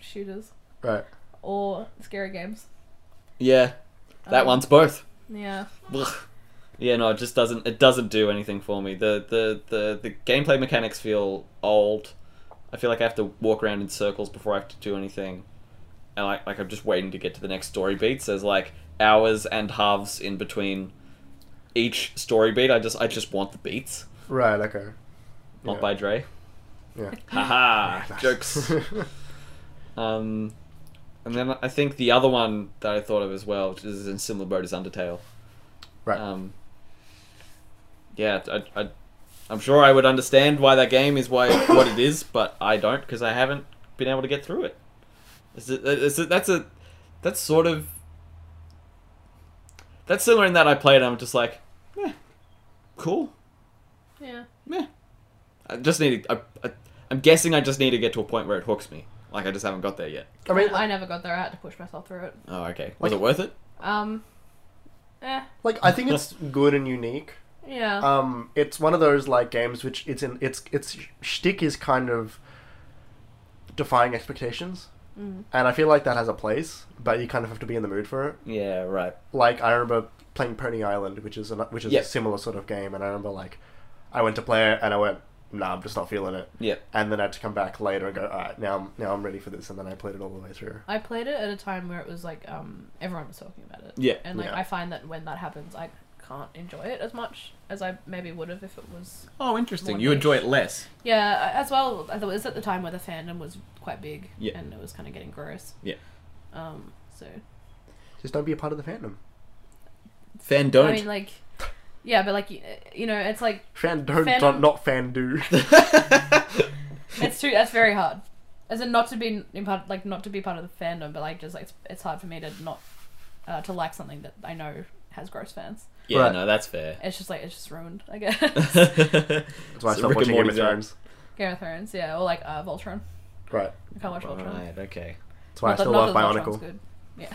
shooters
Right.
or scary games.
yeah, that
Um,
one's both.
Yeah.
Ugh. Yeah, no, it just doesn't. It doesn't do anything for me. The the the the gameplay mechanics feel old. I feel like I have to walk around in circles before I have to do anything, and like like I'm just waiting to get to the next story beat. So there's like hours and halves in between each story beat. I just I just want the beats,
Right. Okay.
not
Yeah.
by Dre.
Yeah.
Haha, jokes. Um, and then I think the other one that I thought of as well, which is in similar boat, is Undertale.
Right.
Um, yeah, I, I, I'm sure I would understand why that game is why what it is, but I don't because I haven't been able to get through it. Is it, uh, is it that's a that's sort of that's similar in that I played. I'm just like, eh, cool.
Yeah.
I just need. I, I, I'm guessing I just need to get to a point where it hooks me. Like I just haven't got there yet.
I mean,
I never got there. I had to push myself through it.
Oh, okay. Was
Like-
it worth it?
Um. Eh.
like I think it's good and unique.
Yeah.
Um, it's one of those like games which it's in its its shtick is kind of defying expectations,
Mm.
and I feel like that has a place, but you kind of have to be in the mood for it.
Yeah, right.
Like I remember playing Pony Island, which is an, which is
Yeah.
a similar sort of game, and I remember like I went to play it and I went, nah, I'm just not feeling it,
Yeah.
and then I had to come back later and go, all right, now I'm, now I'm ready for this, and then I played it all the way through.
I played it at a time where it was like um everyone was talking about it.
Yeah.
And like
Yeah.
I find that when that happens, I can't enjoy it as much as I maybe would have if it was.
Oh, interesting.
More
You
niche.
enjoy it less.
Yeah, as well. It was at the time where the fandom was quite big.
Yeah.
And it was kind of getting gross.
Yeah.
Um. So
Just don't be a part of the fandom.
Fan don't.
I mean, like, yeah, but like, y- uh, you know, it's like
Fan don't,
Fandom-
don't not fan do.
it's too. That's very hard. As in, not to be in part, like, not to be part of the fandom, but like, just like, it's, it's hard for me to not uh, to like something that I know has gross fans.
yeah,
Right.
no, that's fair.
It's just like it's just ruined. I guess
That's why I
So
stopped
Rick and
watching Game of
Morty's out.
Thrones.
Game of Thrones, yeah, or like uh, Voltron.
Right.
I can't watch Voltron.
Right, okay.
That's why I
Not that-
still love
not that Voltron's
Bionicle.
good. Yeah.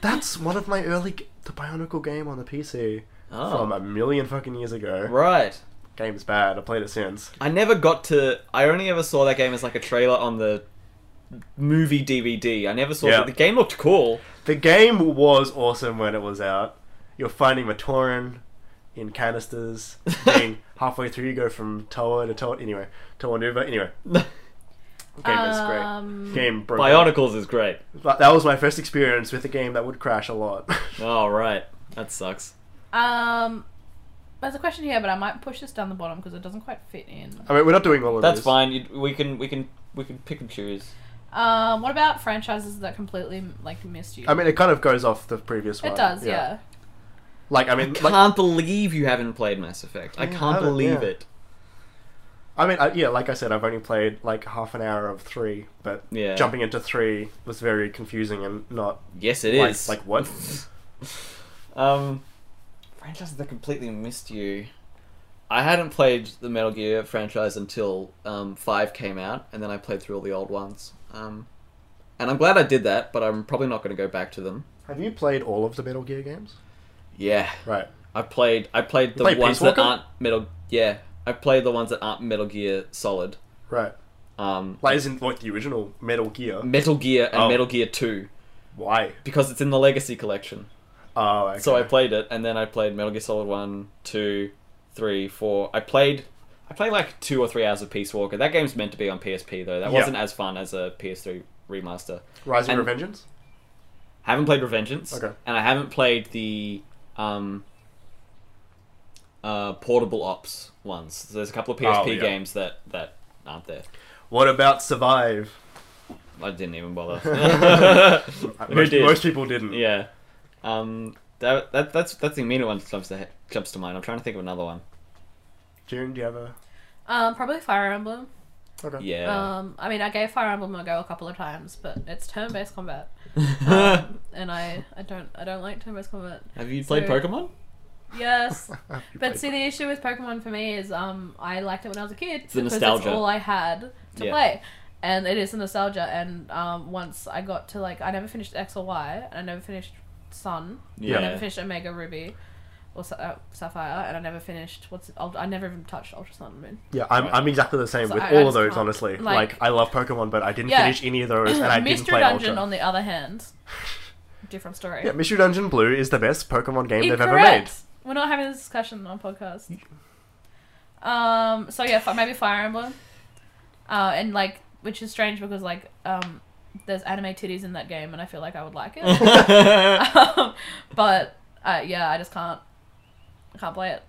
That's one of my early g- the Bionicle game on the PC
Oh,
from a million fucking years ago.
right.
Game's bad. I played it since.
I never got to. I only ever saw that game as like a trailer on the movie DVD. I never saw
Yeah.
the game looked cool.
The game was awesome when it was out. You're finding Matoran in canisters. Being halfway through, you go from Toa to Toa. Anyway, Toa Nuva. Anyway, game is great.
Um,
Game broke.
Bionicles is great.
That that was my first experience with a game that would crash a lot.
All right, that sucks.
um, there's a question here, but I might push this down the bottom because it doesn't quite fit in.
I mean, we're not doing all of
That's
this.
fine. You, we can we can we can pick and choose.
Um, what about franchises that completely like missed you?
I mean, it kind of goes off the previous one.
it does, yeah.
Like, I
I
mean,
can't
like,
believe you haven't played Mass Effect. I
Yeah, I
can't
haven't,
believe
yeah.
it.
I mean, I, yeah, like I said, I've only played like half an hour of three, but
Yeah.
jumping into three was very confusing and not
Yes, it
like,
is.
like what?
um, franchises that completely missed you. I hadn't played the Metal Gear franchise until um, five came out, and then I played through all the old ones. Um, and I'm glad I did that, but I'm probably not going to go back to them.
Have you played all of the Metal Gear games?
Yeah,
Right.
I played. I played the
played Peace
ones that
Walker?
aren't Metal. Yeah, I played the ones that aren't Metal Gear Solid.
Right.
Um,
Like, isn't like the original Metal Gear?
Metal Gear and
Oh.
Metal Gear Two
Why?
because it's in the Legacy Collection.
Oh, okay.
So I played it, and then I played Metal Gear Solid 1, 2, 3, 4. I played, I played like two or three hours of Peace Walker. That game's meant to be on PSP though. That
Yeah.
wasn't as fun as a PS3 remaster.
Rise of
and-
Revengeance.
Haven't played Revengeance,
Okay.
and I haven't played the um, uh, portable ops ones. So there's a couple of PSP
Oh, yeah.
games that that aren't there.
What about Survive?
I didn't even bother.
Uh,
Who
most,
did?
most people didn't.
yeah. Um, that, that that's that's the immediate one that jumps to he- jumps to mind. I'm trying to think of another one.
June, do you have a?
Um, probably Fire Emblem.
Okay.
Yeah.
Um, I mean, I gave Fire Emblem a go a couple of times, but it's turn-based combat, um, and I, I don't I don't like turn-based combat.
Have you
played
played
So-
Pokemon?
Yes,
Have you
but
played-
see, the issue with Pokemon for me is um, I liked it when I was a kid
the
because
nostalgia.
it's all I had to
Yeah.
play, and it is the nostalgia. And um, once I got to like, I never finished X or Y, and I never finished Sun, I never finished Omega Ruby. Or Sa- uh, Sapphire, and I never finished. What's it? Ult- I never even touched Ultra Sun and Moon.
yeah, I'm,
Right.
I'm exactly the same
So
with
I- I
all of
just
those.
can't-
Honestly, like,
like-
I love Pokemon, but I didn't
Yeah.
finish any of those, and I didn't
Mystery
play
Dungeon,
Ultra.
on the other hand, different story.
Yeah, Mystery Dungeon Blue is the best Pokemon game they've ever made.
Incorrect. We're not having this discussion on podcast. Um. So yeah, fi- maybe Fire Emblem. Uh, and like, which is strange because like, um, there's anime titties in that game, and I feel like I would like it.
yeah.
um, but uh, yeah, I just can't. I can't play it.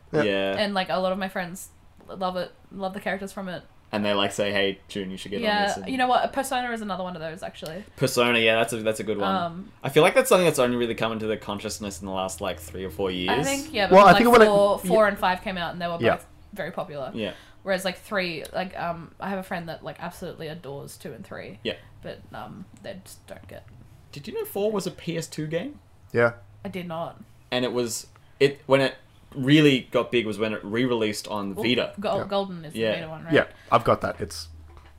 And like, a lot of my friends love it. Love the characters from it.
And they like say, "Hey, June, you should get on
yeah.
this." and-
You know what? Persona is another one of those actually.
Persona. Yeah, that's a that's a good one.
Um.
I feel like that's something that's only really come into the consciousness in the last like three or four years.
I think
Well,
yeah. because,
I
like,
think when it-
four,
yeah.
four and five came out, and they were both
Yeah.
very popular.
Yeah.
Whereas like three, like um, I have a friend that like absolutely adores two and three.
Yeah.
But um, they just don't get.
Did you know four was a PS2 game?
Yeah,
I did not.
And it was it when it really got big was when it re-released on
Well,
Vita.
Go-
Yeah.
Golden is
Yeah.
the Vita one, right?
yeah, I've got that. It's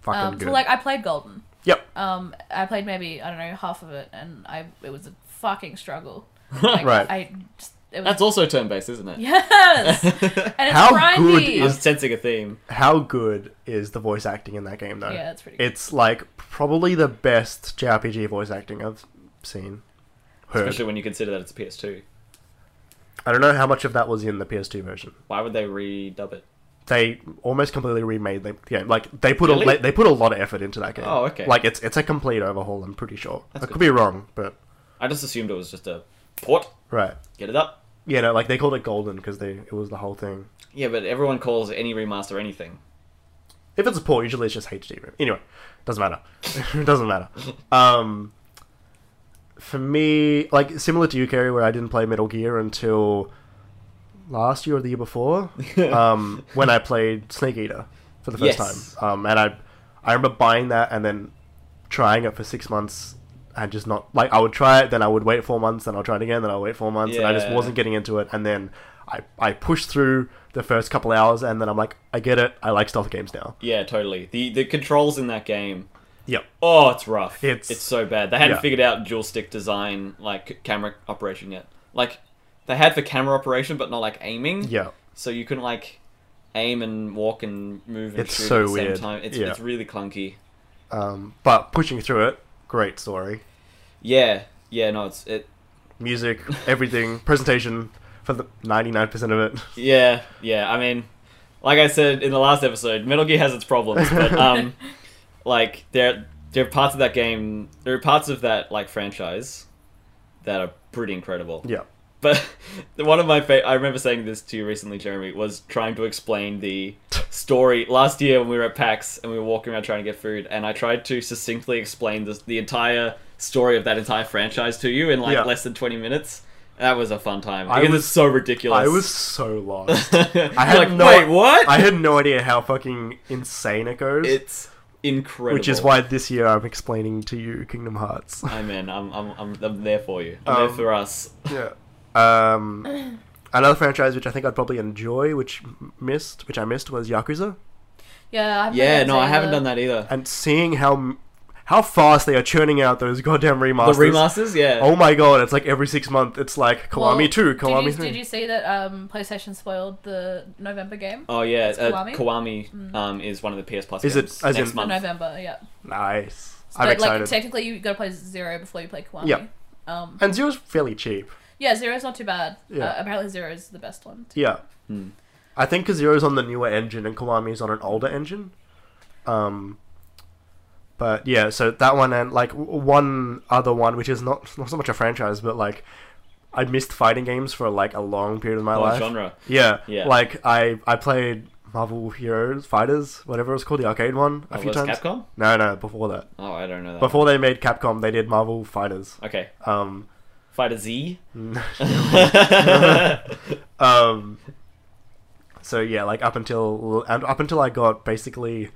fucking
Um,
good.
so like I played Golden.
yep.
Um, I played maybe I don't know half of it, and I it was a fucking struggle. Like,
Right.
I just it was
That's also turn-based, isn't it?
yes, and it's
How good
grindy.
I'm sensing a theme.
How good is the voice acting in that game though?
yeah, it's pretty. Good.
It's like probably the best JRPG voice acting I've seen. Heard.
Especially when you consider that it's a PS2.
I don't know how much of that was in the PS2 version.
Why would they redub it? They
They almost completely remade the game. Like they put
Really?
a they put a lot of effort into that game.
Oh, okay.
Like it's it's a complete overhaul. I'm pretty sure.
That's
I
good.
could be wrong, but
I just assumed it was just a port.
right.
Get it up.
Yeah, no, like they called it golden because they it was the whole thing.
Yeah, but everyone calls any remaster anything.
If it's a port, usually it's just HD. room. Anyway, doesn't matter. it doesn't matter. Um, for me, like similar to you, Kerry, where I didn't play Metal Gear until last year or the year before, um, when I played Snake Eater for the first
Yes.
time. Um, and I, I remember buying that and then trying it for six months and just not like I would try it, then I would wait four months, then I'll try it again, then I'll wait four months, and I just
Yeah.
wasn't getting into it. And then I I pushed through the first couple hours, and then I'm like, I get it. I like stealth games now.
Yeah, totally. The the controls in that game.
Yep.
Oh, it's rough.
It's-
so bad. They hadn't
yeah.
figured out dual stick design, like c- camera operation yet. Like they had for camera operation, but not like aiming.
Yeah.
So you couldn't like aim and walk and move and
It's
shoot
so
at the same
weird.
time. It's,
Yeah.
it's really clunky.
Um, but pushing through it, great story.
Yeah, yeah, no, it's it.
Music, everything, presentation for the 99% of it.
Yeah, yeah. I mean, like I said in the last episode, Metal Gear has its problems, but um, like there there are parts of that game, there are parts of that like franchise that are pretty incredible.
Yeah.
But one of my fa- I remember saying this to you recently, Jeremy, was trying to explain the story last year when we were at PAX and we were walking around trying to get food, and I tried to succinctly explain this, the entire story of that entire franchise to you in like
Yeah.
less than twenty minutes. That was a fun time.
I
Because
was-
it's so ridiculous.
I was so lost.
I
had
like,
no-
wait, what?
I had no idea how fucking insane it goes.
It's incredible.
which is why this year I'm explaining to you Kingdom Hearts.
I'm in. I'm I'm I'm, I'm there for you. I'm there
Um,
for us.
yeah. Um, another franchise which I think I'd probably enjoy, which m- missed, which I missed, was Yakuza.
Yeah. I haven't
Yeah,
done
no, I
either.
haven't done that either.
And seeing how m- how fast they are churning out those goddamn remasters.
The remasters, yeah.
Oh my god! It's like every six months. It's like
Well,
Kiwami two,
did you-
Kiwami
Did
three.
you see that um, PlayStation spoiled the November game?
Oh yeah,
It's
uh,
Kiwami?
Kiwami um, is one of the PS Plus.
Is it-
games
as in-
next
For
month?
November, yeah.
Nice.
So,
I'm
like
excited.
technically you gotta play Zero before you play Kiwami.
Yeah.
Um,
and Zero's fairly cheap.
yeah, Zero's not too bad.
Yeah.
Uh, apparently Zero is the best one.
Yeah.
Hmm.
I think because Zero's on the newer engine and Kiwami's on an older engine. Um, but yeah, so that one and like w- one other one, which is not not so much a franchise, but like I missed fighting games for like a long period of my
Oh,
life.
genre.
Yeah,
Yeah.
Like I I played Marvel Heroes Fighters, whatever it was called, the arcade one, a
oh,
few
was
times.
Capcom?
no, no, before that.
Oh, I don't know that.
Before they made Capcom, they did Marvel Fighters.
Okay,
Um,
Fighter Z.
Um, so yeah, like up until and up until I got basically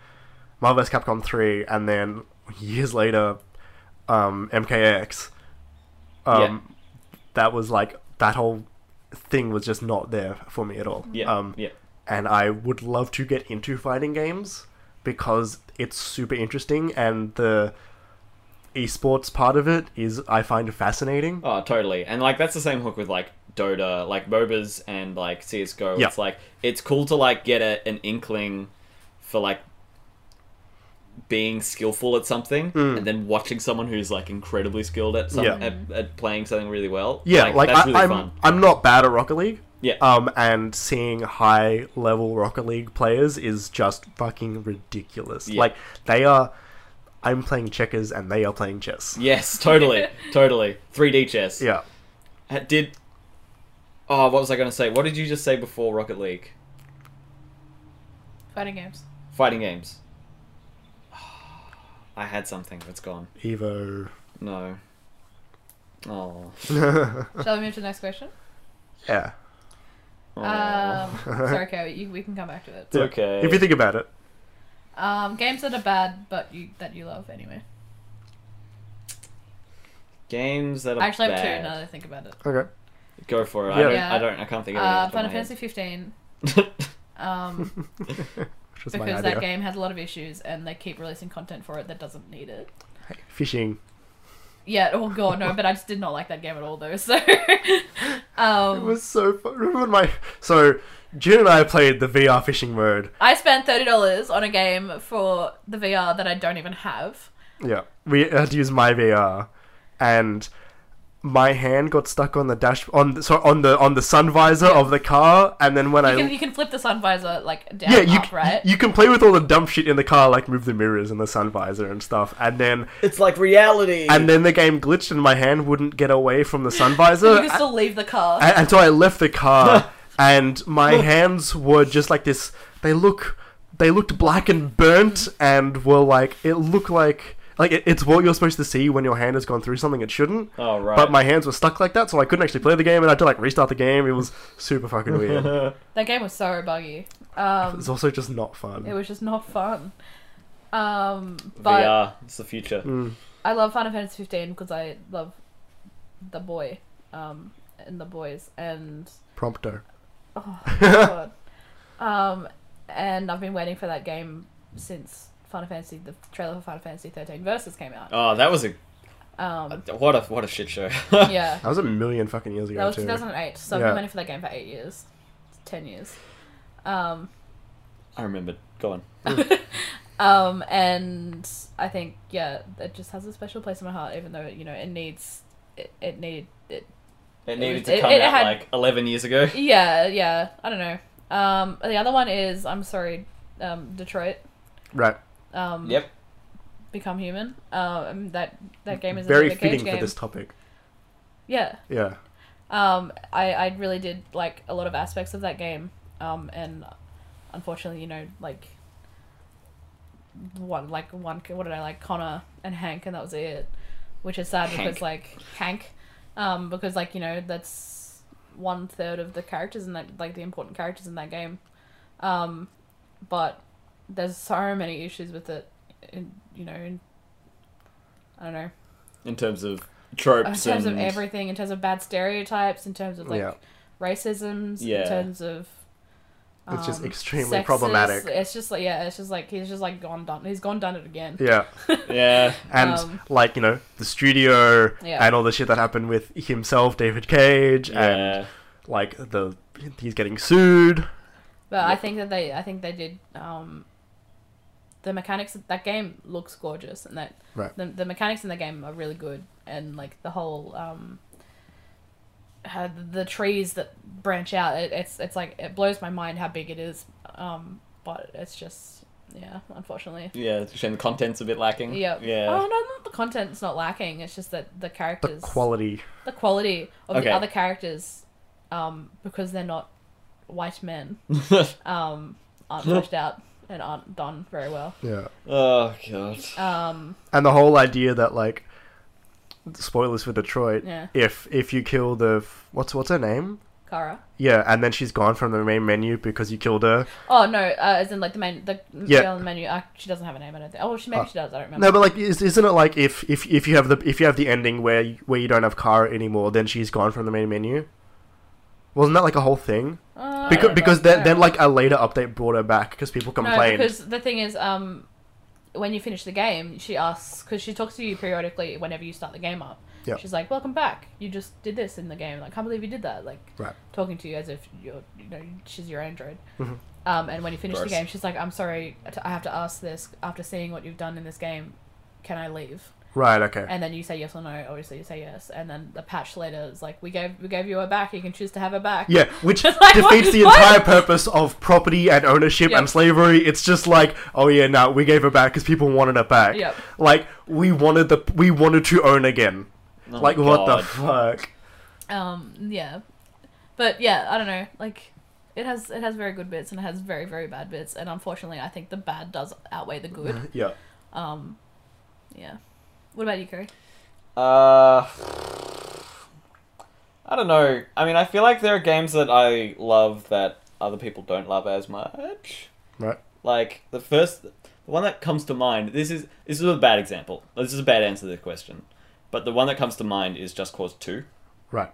Marvel vs. Capcom three, and then years later, um, MKX. Um, that was like that whole thing was just not there for me at all.
yeah,
Um,
yeah,
and I would love to get into fighting games because it's super interesting and the esports part of it is I find fascinating.
oh, totally. And like that's the same hook with like Dota, like MOBAs and like CS:GO.
Yeah.
It's like it's cool to like get a, an inkling for like being skillful at something,
Mm.
and then watching someone who's like incredibly skilled at some,
Yeah.
at, at playing something really well.
Yeah, like,
that's
I,
really
I'm
fun.
I'm not bad at Rocket League.
Yeah.
Um, and seeing high level Rocket League players is just fucking ridiculous.
Yeah.
Like they are. I'm playing checkers and they are playing chess.
Yes, totally, totally. 3D chess.
Yeah.
Ha- Did oh, what was I going to say? What did you just say before Rocket League?
Fighting games.
Fighting games. I had something, but it's gone.
Evo.
No. Oh.
Shall we move to the next question?
yeah.
Oh.
Um, sorry, Kerry, you, we can come back to it.
It's okay.
If you think about it,
Um, games that are bad, but you that you love anyway.
Games that are
I actually have
bad.
two. Now that I think about it,
okay.
Go for it.
Yeah.
I, don't,
Yeah.
I don't. I can't think of
uh,
it.
Final
off
Fantasy 15,
the top of my head.
um,
Which was my
because
idea.
that game had a lot of issues, and they keep releasing content for it that doesn't need it.
Hey, fishing.
Yeah. Oh god, no. But I just did not like that game at all, though. So, um,
It was so fun. Remember when my so June and I played the VR fishing mode.
I spent thirty dollars on a game for the VR that I don't even have.
Yeah, we had to use my VR, and my hand got stuck on the dash on the, so on the on the sun visor of the car, and then when
You
I
can, you can flip the sun visor like down
yeah you
up,
c-
right?
you can play with all the dumb shit in the car like move the mirrors and the sun visor and stuff, and then
it's like reality.
and then the game glitched and my hand wouldn't get away from the sun
So
visor,
you can still leave the car.
and, and so I left the car, and my hands were just like this. They look, they looked black and burnt, and were like it looked like like it, it's what you're supposed to see when your hand has gone through something it shouldn't.
oh right.
But my hands were stuck like that, so I couldn't actually play the game, and I had to like restart the game. It was super fucking weird.
that game was so buggy.
It
Um,
was also just not fun.
it was just not fun. Um, but
VR. It's the future.
Mm.
I love Final Fantasy 15 because I love the boy, um, and the boys, and
Prompto.
oh god, um, and I've been waiting for that game since Final Fantasy, the trailer for Final Fantasy 13 Versus came out.
Oh, that was a
Um,
what a what a shit show.
yeah,
That was a million fucking years ago
that was
too.
2008, so I've
Yeah.
been waiting for that game for eight years, ten years. Um,
I remembered. Go on.
Um, and I think yeah, it just has a special place in my heart, even though you know it needs it, it need it.
It
It
needed
was-
to
it-
come
it
out
had-
like eleven years ago.
Yeah, yeah. I don't know. Um, the other one is I'm sorry, um, Detroit.
Right.
Um,
Yep.
Become Human. Um, that that game is
Very
a Nick Cage
fitting
game.
for this topic.
Yeah.
Yeah.
Um, I, I really did like a lot of aspects of that game. Um, and unfortunately, you know, like one like one what did I like Connor and Hank, and that was it. Which is sad
Hank.
because like Hank, um, because like you know that's one third of the characters in that like the important characters in that game. Um, but there's so many issues with it. In, you know, in, I don't know
In terms of
Oh, in
tropes
terms of
and
everything, in terms of bad stereotypes, in terms of like
Yeah.
racisms,
Yeah.
in terms of
It's just
um,
extremely
sexist.
problematic.
It's just like yeah, it's just like he's just like gone done. He's gone done it again.
Yeah.
yeah,
And
Um,
like, you know, the studio
Yeah.
and all the shit that happened with himself, David Cage, and
yeah.
like the he's getting sued.
But I
Yep.
think that they, I think they did. Um, the mechanics of that game looks gorgeous, and that
Right.
the, the mechanics in the game are really good, and like the whole um, how th- the trees that branch out. It, it's it's like it blows my mind how big it is. Um, but it's just yeah, unfortunately.
yeah. it's a shame the content's a bit lacking.
Yeah.
yeah.
Oh no, not the content's not lacking. It's just that the
The
characters,
quality.
the quality of
Okay.
the other characters, um, because they're not white men, um, aren't fleshed out and aren't done very well.
Yeah.
oh god.
Um,
And the whole idea that like spoilers for Detroit,
Yeah.
if if you kill the what's what's her name?
Kara.
Yeah, and then she's gone from the main menu because you killed her.
Oh no, uh, as in like the main, the
Yeah.
girl in the menu. Uh, she doesn't have a name. I don't think. Oh, she maybe
Oh.
she does. I don't remember.
No, but like, is, isn't it like if, if if you have the if you have the ending where you, where you don't have Kara anymore, then she's gone from the main menu? Wasn't that like a whole thing?
Uh, I
Because
don't
because
know. I
then,
don't
then
know.
like a later update brought her back because people
No,
complained.
because the thing is, um, when you finish the game, she asks because she talks to you periodically whenever you start the game up.
Yeah.
She's like, "Welcome back. You just did this in the game. Like, can't believe you did that." Like,
Right.
talking to you as if you're, you know, she's your android.
Mhm.
Um, and when you finish the
Gross.
game, she's like, "I'm sorry, I t- I have to ask this after seeing what you've done in this game. Can I leave?"
Right. Okay.
And then you say yes or no. Obviously, you say yes. And then the patch later is like, "We gave we gave you her back. You can choose to have her back."
yeah, which
It's like,
defeats the
what-
entire purpose of property and ownership
Yeah.
and slavery. It's just like, oh yeah, no, we gave her back because people wanted her back.
Yep.
Like we wanted the we wanted to own again.
Oh,
like what the
God.
fuck?
um yeah but yeah i don't know like it has it has very good bits and it has very very bad bits and unfortunately i think the bad does outweigh the good
Yeah.
um yeah what about you Kerry?
Uh, I don't know. I mean, I feel like there are games that I love that other people don't love as much.
Right.
Like the first, the one that comes to mind. This is this is a bad example. This is a bad answer to the question, but the one that comes to mind is Just Cause Two.
Right.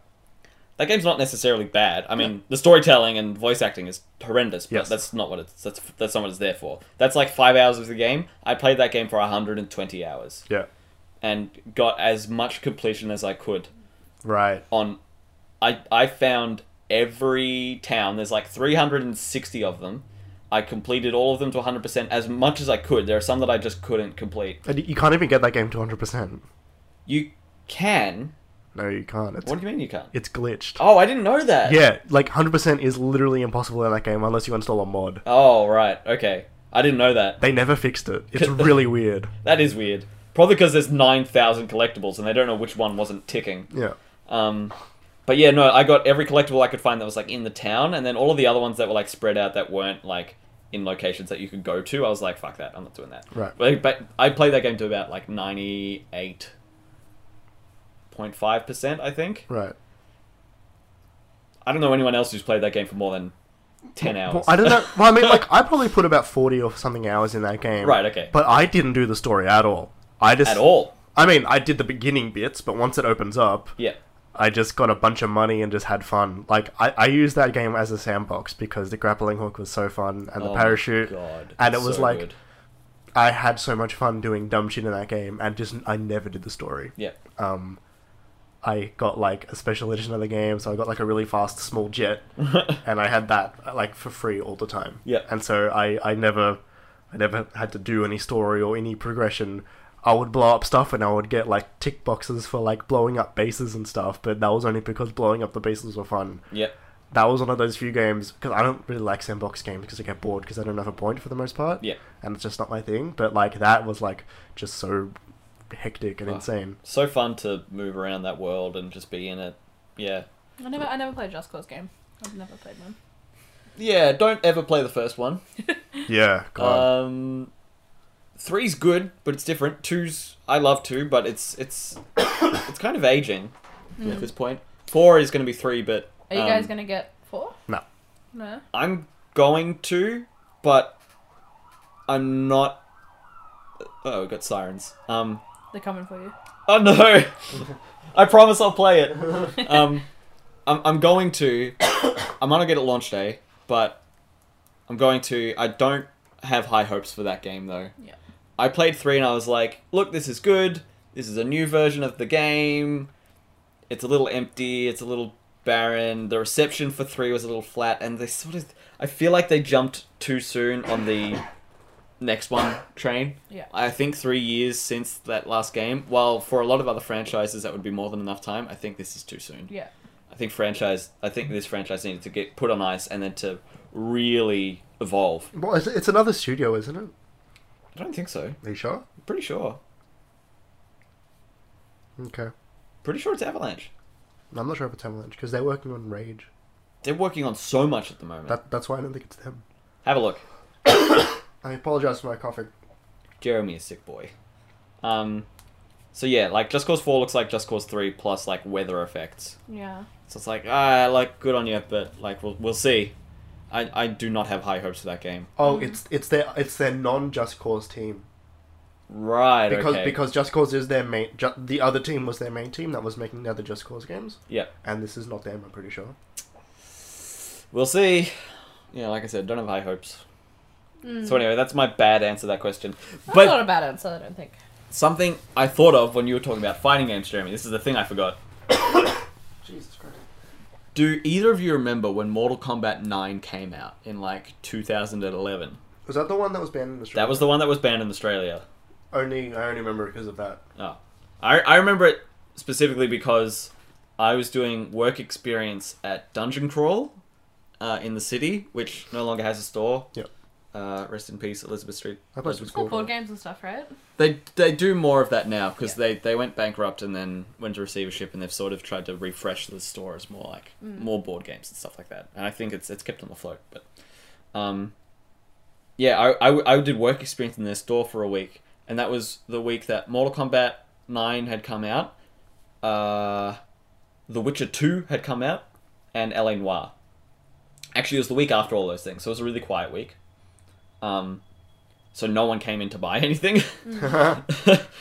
That game's not necessarily bad. I mean, the storytelling and voice acting is horrendous, but
Yes.
that's not what it's that's that's not what it's there for. That's like five hours of the game. I played that game for hundred and twenty hours
Yeah.
and got as much completion as I could
Right.
on I I found every town. There's like 360 of them. I completed all of them to 100% as much as I could. There are some that I just couldn't complete.
And you- you can't even get that game to hundred percent.
You can.
No, you can't. It's
What do you mean you can't?
it's glitched.
Oh, I didn't know that.
Yeah, like hundred percent is literally impossible in that game unless you install a mod.
Oh, right. Okay. I didn't know that.
They never fixed it. It's really weird.
That is weird. Probably because there's 9,000 collectibles and they don't know which one wasn't ticking.
Yeah.
Um, but yeah, no, I got every collectible I could find that was like in the town, and then all of the other ones that were like spread out that weren't like in locations that you could go to. I was like, fuck that, I'm not doing that.
Right.
But, but I played that game to about like ninety eight point five percent, I think.
Right.
I don't know anyone else who's played that game for more than ten hours.
Well, I don't know. Well, I mean, like, I probably put about forty or something hours in that game.
Right, okay.
But I didn't do the story at all. I just
At all.
I mean, I did the beginning bits, but once it opens up,
Yeah.
I just got a bunch of money and just had fun. Like, I, I used that game as a sandbox because the grappling hook was so fun and the
Oh my
parachute.
God.
and it was
so
like-
good.
I had so much fun doing dumb shit in that game, and just I never did the story.
Yeah.
Um, I got like a special edition of the game, so I got like a really fast small jet, and I had that like for free all the time.
Yeah.
And so I I never I never had to do any story or any progression. I would blow up stuff and I would get like tick boxes for like blowing up bases and stuff, but that was only because blowing up the bases were fun.
Yep.
That was one of those few games because I don't really like sandbox games because I get bored because I don't have a point for the most part.
Yeah.
And it's just not my thing. But like that was like just so hectic and
Ah.
insane.
So fun to move around that world and just be in it. Yeah.
I never, I never played a Just Cause game. I've never played one.
Yeah, don't ever play the first one.
Yeah. God.
Um, three's good, but it's different. Two's I love two, but it's it's it's kind of aging at this point. Four is going to be three, but
Mm. Are you
um,
guys gonna get four?
No.
No.
I'm going to, but I'm not. Oh, we got sirens. Um.
They're coming for you.
Oh no! I promise I'll play it. Um, I'm, I'm going to. I'm gonna get it launch day, but I'm going to. I don't have high hopes for that game though.
Yeah.
I played three and I was like, look, this is good. This is a new version of the game. It's a little empty. It's a little barren. The reception for three was a little flat, and they sort of. I feel like they jumped too soon on the next one train.
Yeah.
I think three years since that last game. While for a lot of other franchises that would be more than enough time, I think this is too soon.
Yeah.
I think franchise. I think this franchise needed to get put on ice and then to really evolve.
well, it's, it's another studio, isn't it?
I don't think so.
Are you sure?
I'm pretty sure.
Okay.
Pretty sure it's Avalanche.
I'm not sure if it's Avalanche because they're working on Rage.
They're working on so much at the moment.
That that's why I don't think it's them.
Have a look.
I apologize for my coughing.
Jeremy is sick boy. Um, so yeah, like Just Cause Four looks like Just Cause Three plus like weather effects.
Yeah.
So it's like ah, like good on you, but like we'll we'll see. I I do not have high hopes for that game.
Oh, it's it's their it's their non Just Cause team
Right.
because
okay.
because Just Cause is their main. Ju- the other team was their main team that was making the other Just Cause games.
Yeah.
and this is not them. I'm pretty sure.
we'll see. Yeah, like I said, don't have high hopes. So anyway, that's my bad answer to that question.
That's
But
not a bad answer, I don't think.
something I thought of when you were talking about fighting games, Jeremy. This is the thing I forgot.
Jesus Christ.
Do either of you remember when Mortal Kombat 9 came out in like 2011?
Was that the one that was banned in Australia?
That was the one that was banned in Australia.
only I only remember because of that.
Oh. I, I remember it specifically because I was doing work experience at Dungeon Crawl uh, in the city, which no longer has a store.
Yep.
Uh, rest in peace, Elizabeth Street.
I played some
It's called
cool.
board games and stuff, right?
They they do more of that now because
Yeah.
they, they went bankrupt and then went to receivership and they've sort of tried to refresh the store as more like more board games and stuff like that. And I think it's it's kept on the float. But um, yeah, I, I w- I did work experience in their store for a week, and that was the week that Mortal Kombat Nine had come out, uh, The Witcher Two had come out, and LA Noir. Actually, it was the week after all those things, so it was a really quiet week. Um, so no one came in to buy anything.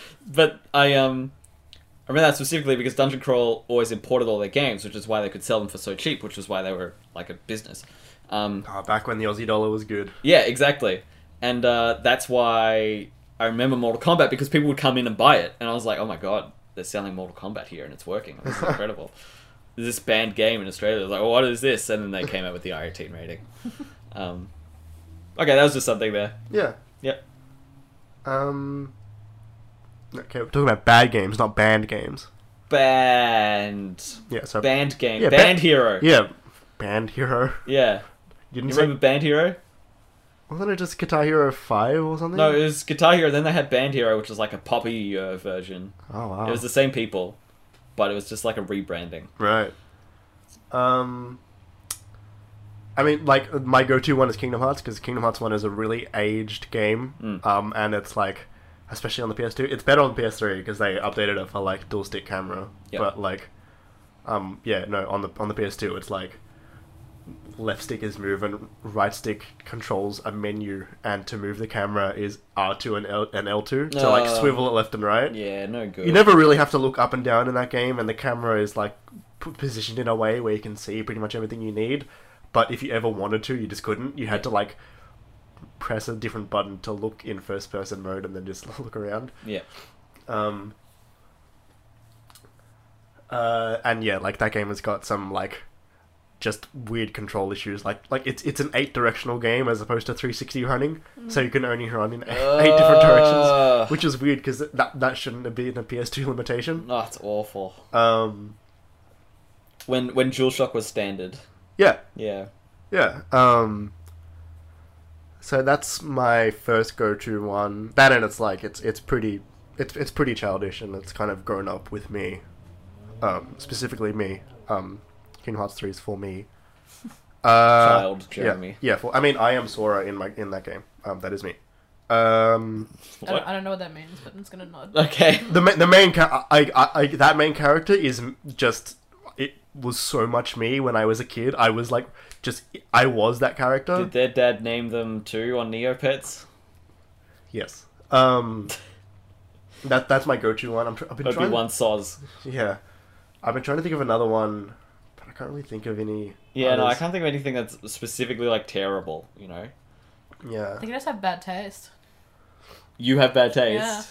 but I um I remember that specifically because Dungeon Crawl always imported all their games, which is why they could sell them for so cheap, which is why they were like a business. Um,
Ah, back when the Aussie dollar was good.
yeah, exactly. And uh, that's why I remember Mortal Kombat because people would come in and buy it, and I was like, oh my god, they're selling Mortal Kombat here and it's working. This is incredible. this banned game in Australia. I was like, well, what is this? And then they came out with the R18 rating. Um, okay, that was just something there.
Yeah.
Yep.
Um. Okay, we're talking about bad games, not banned games.
Banned.
Yeah. So.
Banned game.
Yeah, ba-
banned hero.
Yeah. Banned Hero.
Yeah.
You
You
didn't say
remember Band Hero?
Wasn't it just Guitar Hero 5 or something?
No, it was Guitar Hero. Then they had Band Hero, which was like a poppy uh, version.
Oh, wow.
It was the same people, but it was just like a rebranding.
Right. Um. I mean, like, my go to one is Kingdom Hearts, because Kingdom Hearts 1 is a really aged game.
Mm.
Um, and it's like, especially on the PS2, it's better on PS3 because they updated it for, like, dual stick camera.
Yep.
But, like, um, yeah, no, on the, on the PS2, it's like left stick is move and right stick controls a menu, and to move the camera is R2 and, L- and L2 to, like,
Oh.
swivel it left and right.
Yeah, no good.
You never really have to look up and down in that game, and the camera is like p- positioned in a way where you can see pretty much everything you need. But if you ever wanted to, you just couldn't. You had to like press a different button to look in first person Um, mode and then just look around.
Yeah.
Um, Uh, and yeah, like that game has got some like just weird control issues. Like like it's it's an eight directional game as opposed to 360 running, so you can only run in eight, eight different directions,
Ugh.
which is weird because that that shouldn't have been a PS2 limitation.
Oh, it's awful.
Um,
When when DualShock was standard.
yeah,
Yeah.
yeah. Um, so that's my first go-to one. That and it's like it's it's pretty it's it's pretty childish and it's kind of grown up with me, um, specifically me. Um, Kingdom Hearts three is for me. Uh,
Child Jeremy.
Yeah, yeah. For, I mean, I am Sora in my in that game. Um, that is me. Um,
I don't, I don't know what that means, but I'm just gonna nod.
Okay.
the ma- the main ca- I, I, I that main character is m- just it was so much me when I was a kid. I was like just I was that character.
Did their dad name them too on Neopets?
yes. Um, that that's my go-to one. I'm tr- I've been
Obi
trying.
Wan Soz.
Yeah, I've been trying to think of another one, but I can't really think of any.
Yeah, no, I
others.
can't think of anything that's specifically like terrible. You know,
Yeah.
They can just have bad taste.
you have bad taste.
Yeah.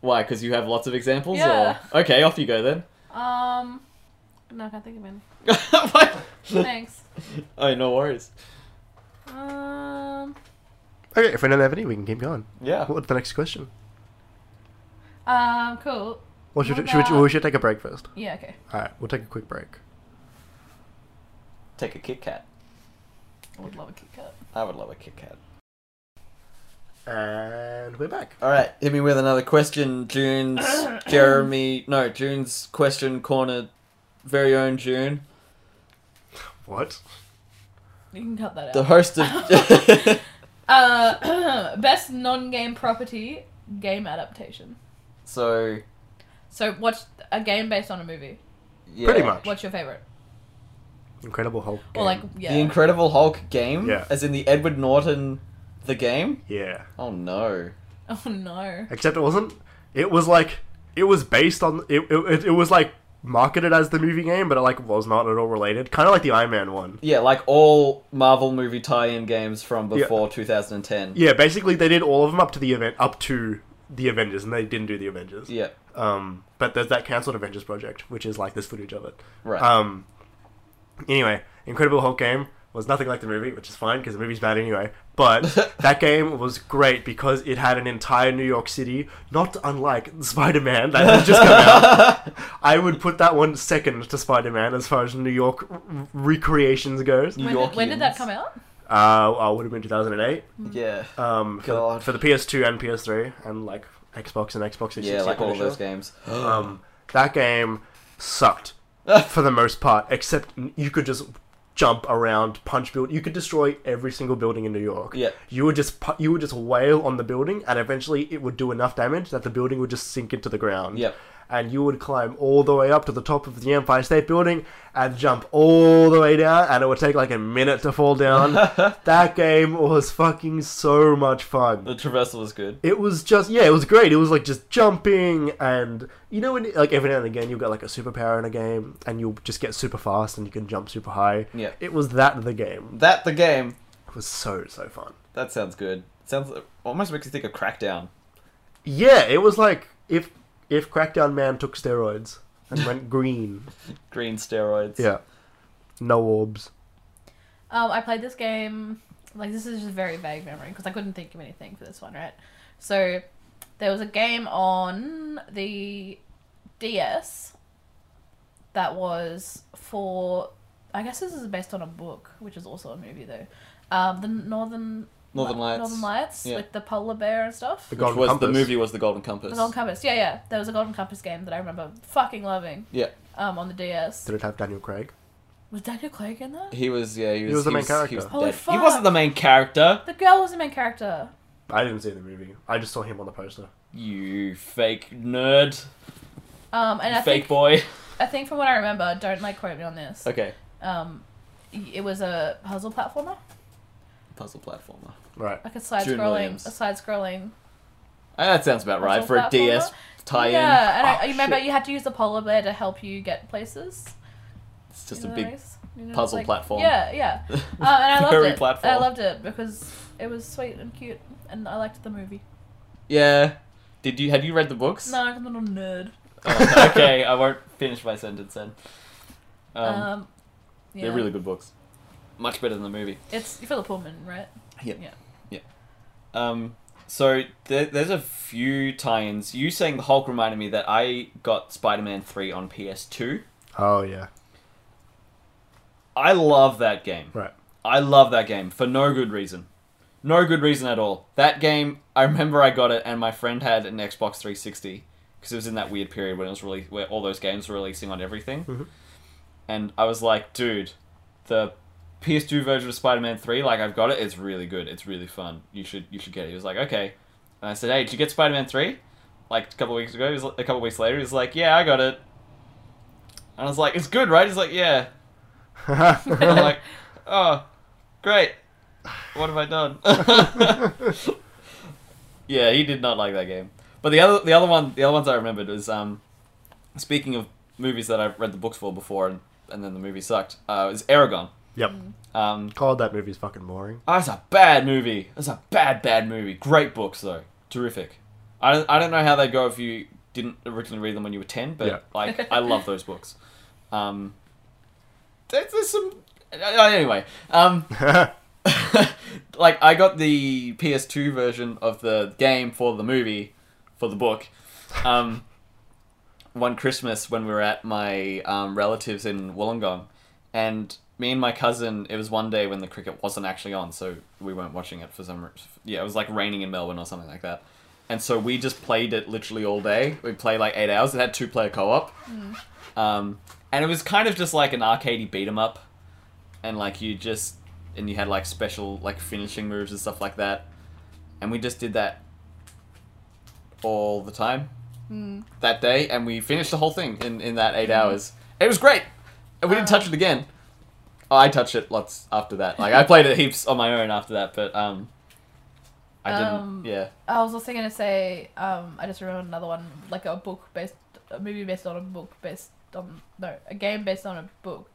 Why? Because you have lots of examples.
Yeah.
Or... Okay, off you go then.
Um, no, I can't think of any.
What?
Thanks.
oh, no worries.
Um,
Okay, if we don't have any, we can keep going.
Yeah.
What's the next question?
um, cool.
Or should,
What
should, we,
about-
or we should take a break first?
Yeah, okay.
All right, we'll take a quick break.
Take a Kit Kat.
I would love a Kit Kat.
I would love a Kit Kat.
And we're back.
All right, hit me with another question, June's Jeremy. No, June's question corner, very own June,
What?
You can cut that out.
the host of.
Uh, best non-game property game adaptation.
so,
So, what's a game based on a movie?
yeah.
Pretty much.
What's your favorite?
Incredible Hulk.
Or like,
game.
yeah,
The Incredible Hulk game,
Yeah.
as in the Edward Norton, the game.
Yeah.
Oh no.
oh no,
Except it wasn't. It was like it was based on it. It, it was like marketed as the movie game, but it like was not at all related. Kind of like the Iron Man one.
Yeah, like all Marvel movie tie-in games from before 2010.
Yeah, basically they did all of them up to the event, up to the Avengers, and they didn't do the Avengers.
Yeah,
Um, but there's that cancelled Avengers project, which is like this footage of it.
right.
Um. Anyway, Incredible Hulk game was nothing like the movie, which is fine because the movie's bad anyway. But that game was great because it had an entire New York City, not unlike Spider Man that had just come out. I would put that one second to Spider Man as far as New York r- r- recreations goes.
New
when did, when did that
Yorkians.
come out?
Uh, I would have been 2008.
yeah,
Um, for,
God.
for the PS2 and PS3 and like Xbox and Xbox 360.
yeah, like all
pretty
those
sure.
games.
Um, that game sucked for the most part, except you could just jump around, punch build. You could destroy every single building in New York.
Yeah.
You would just pu- you would just wail on the building, and eventually it would do enough damage that the building would just sink into the ground.
Yep.
And you would climb all the way up to the top of the Empire State Building and jump all the way down, and it would take like a minute to fall down. that game was fucking so much fun
The traversal was good.
it was just yeah, it was great. It was like just jumping and you know when like every now and again you'll get like a superpower in a game and you'll just get super fast and you can jump super high.
Yeah.
It was that the game.
That the game.
It was so so fun.
That sounds good. Sounds almost makes you think of Crackdown.
Yeah, it was like if if Crackdown Man took steroids and went green.
Green steroids.
Yeah. No orbs.
Um, I played this game. Like this is just very vague memory because I couldn't think of anything for this one, right? So there was a game on the DS that was for. I guess this is based on a book, which is also a movie though. Um, the Northern
Northern
Li-
Lights.
Northern Lights
Yeah.
with the polar bear and stuff.
The
Which
Golden
was
Compass.
the movie was the Golden Compass.
The Golden Compass. Yeah, yeah. There was a Golden Compass game that I remember fucking loving.
Yeah.
Um, on the DS.
Did it have Daniel Craig?
Was Daniel Craig in that?
He was yeah he was,
was the main character.
He, was
Holy
dead. he
fuck.
wasn't the main character.
The girl was the main character.
I didn't see the movie. I just saw him on the poster.
You fake nerd,
Um, and I
you fake
think
boy.
I think from what I remember, don't like quote me on this.
Okay,
Um, y- it was a puzzle platformer,
puzzle platformer.
Right.
like a side
June
scrolling,
Williams.
a side scrolling.
Uh, That sounds about right
Puzzle
for a DS
platformer?
tie-in.
Yeah, and
Oh,
I, you remember
shit.
you had to use the polar bear to help you get places.
It's just
in
a
the
big.
race. You know,
puzzle
it's
platform.
Yeah, yeah. Um, and I loved
Very
it.
platform.
I loved it because it was sweet and cute, and I liked the movie.
yeah. Did you have you read the books?
No, I'm not a nerd.
Oh, okay, I won't finish my sentence then. Um,
um, yeah.
They're really good books. Much better than the movie.
It's Philip Pullman, right?
Um, so there, there's a few tie-ins. You saying the Hulk reminded me that I got Spider-Man three on PS2.
Oh yeah.
I love that game.
Right.
I love that game for no good reason. No good reason at all. That game, I remember I got it, and my friend had an Xbox 360 because it was in that weird period when it was really where all those games were releasing on everything.
Mhm.
And I was like, dude, the PS2 version of Spider-Man 3, like I've got it. It's really good. It's really fun. You should you should get it. He was like, okay. And I said, hey, did you get Spider-Man 3? Like a couple weeks ago, he was, like- a couple weeks later, he was like, yeah, I got it. And I was like, it's good, right? He's like, yeah. I'm like, oh, great. What have I done? yeah, he did not like that game. But the other, the other one, the other ones I remembered was, um, speaking of movies that I've read the books for before, and, and then the movie sucked. Uh, was Aragon.
yep.
Mm.
Um,
God, that movie's fucking boring.
oh, that's a bad movie. That's a bad, bad movie. Great books though, terrific. I don't, I don't know how they go if you didn't originally read them when you were ten, but
Yeah.
like I love those books. Um, there's, there's some. uh, Anyway, um,
Oh
like I got the PS2 version of the game for the movie, for the book. Um, one Christmas when we were at my um, relatives in Wollongong, and me and my cousin. It was one day when the cricket wasn't actually on, so we weren't watching it for some. re- Yeah, it was like raining in Melbourne or something like that. And so we just played it literally all day. We played like eight hours. It had two player co op. Um, and it was kind of just like an arcadey beat 'em up, and like you just and you had like special like finishing moves and stuff like that, and we just did that all the time that day, and we finished the whole thing in in that eight hours. It was great, and we didn't touch it again. Oh, I touched it lots after that. Like I played it heaps on my own after that, but um, I didn't.
Um,
yeah,
I was also gonna say, um, I just remembered another one, like a book based, a movie based on a book based on no, a game based on a book,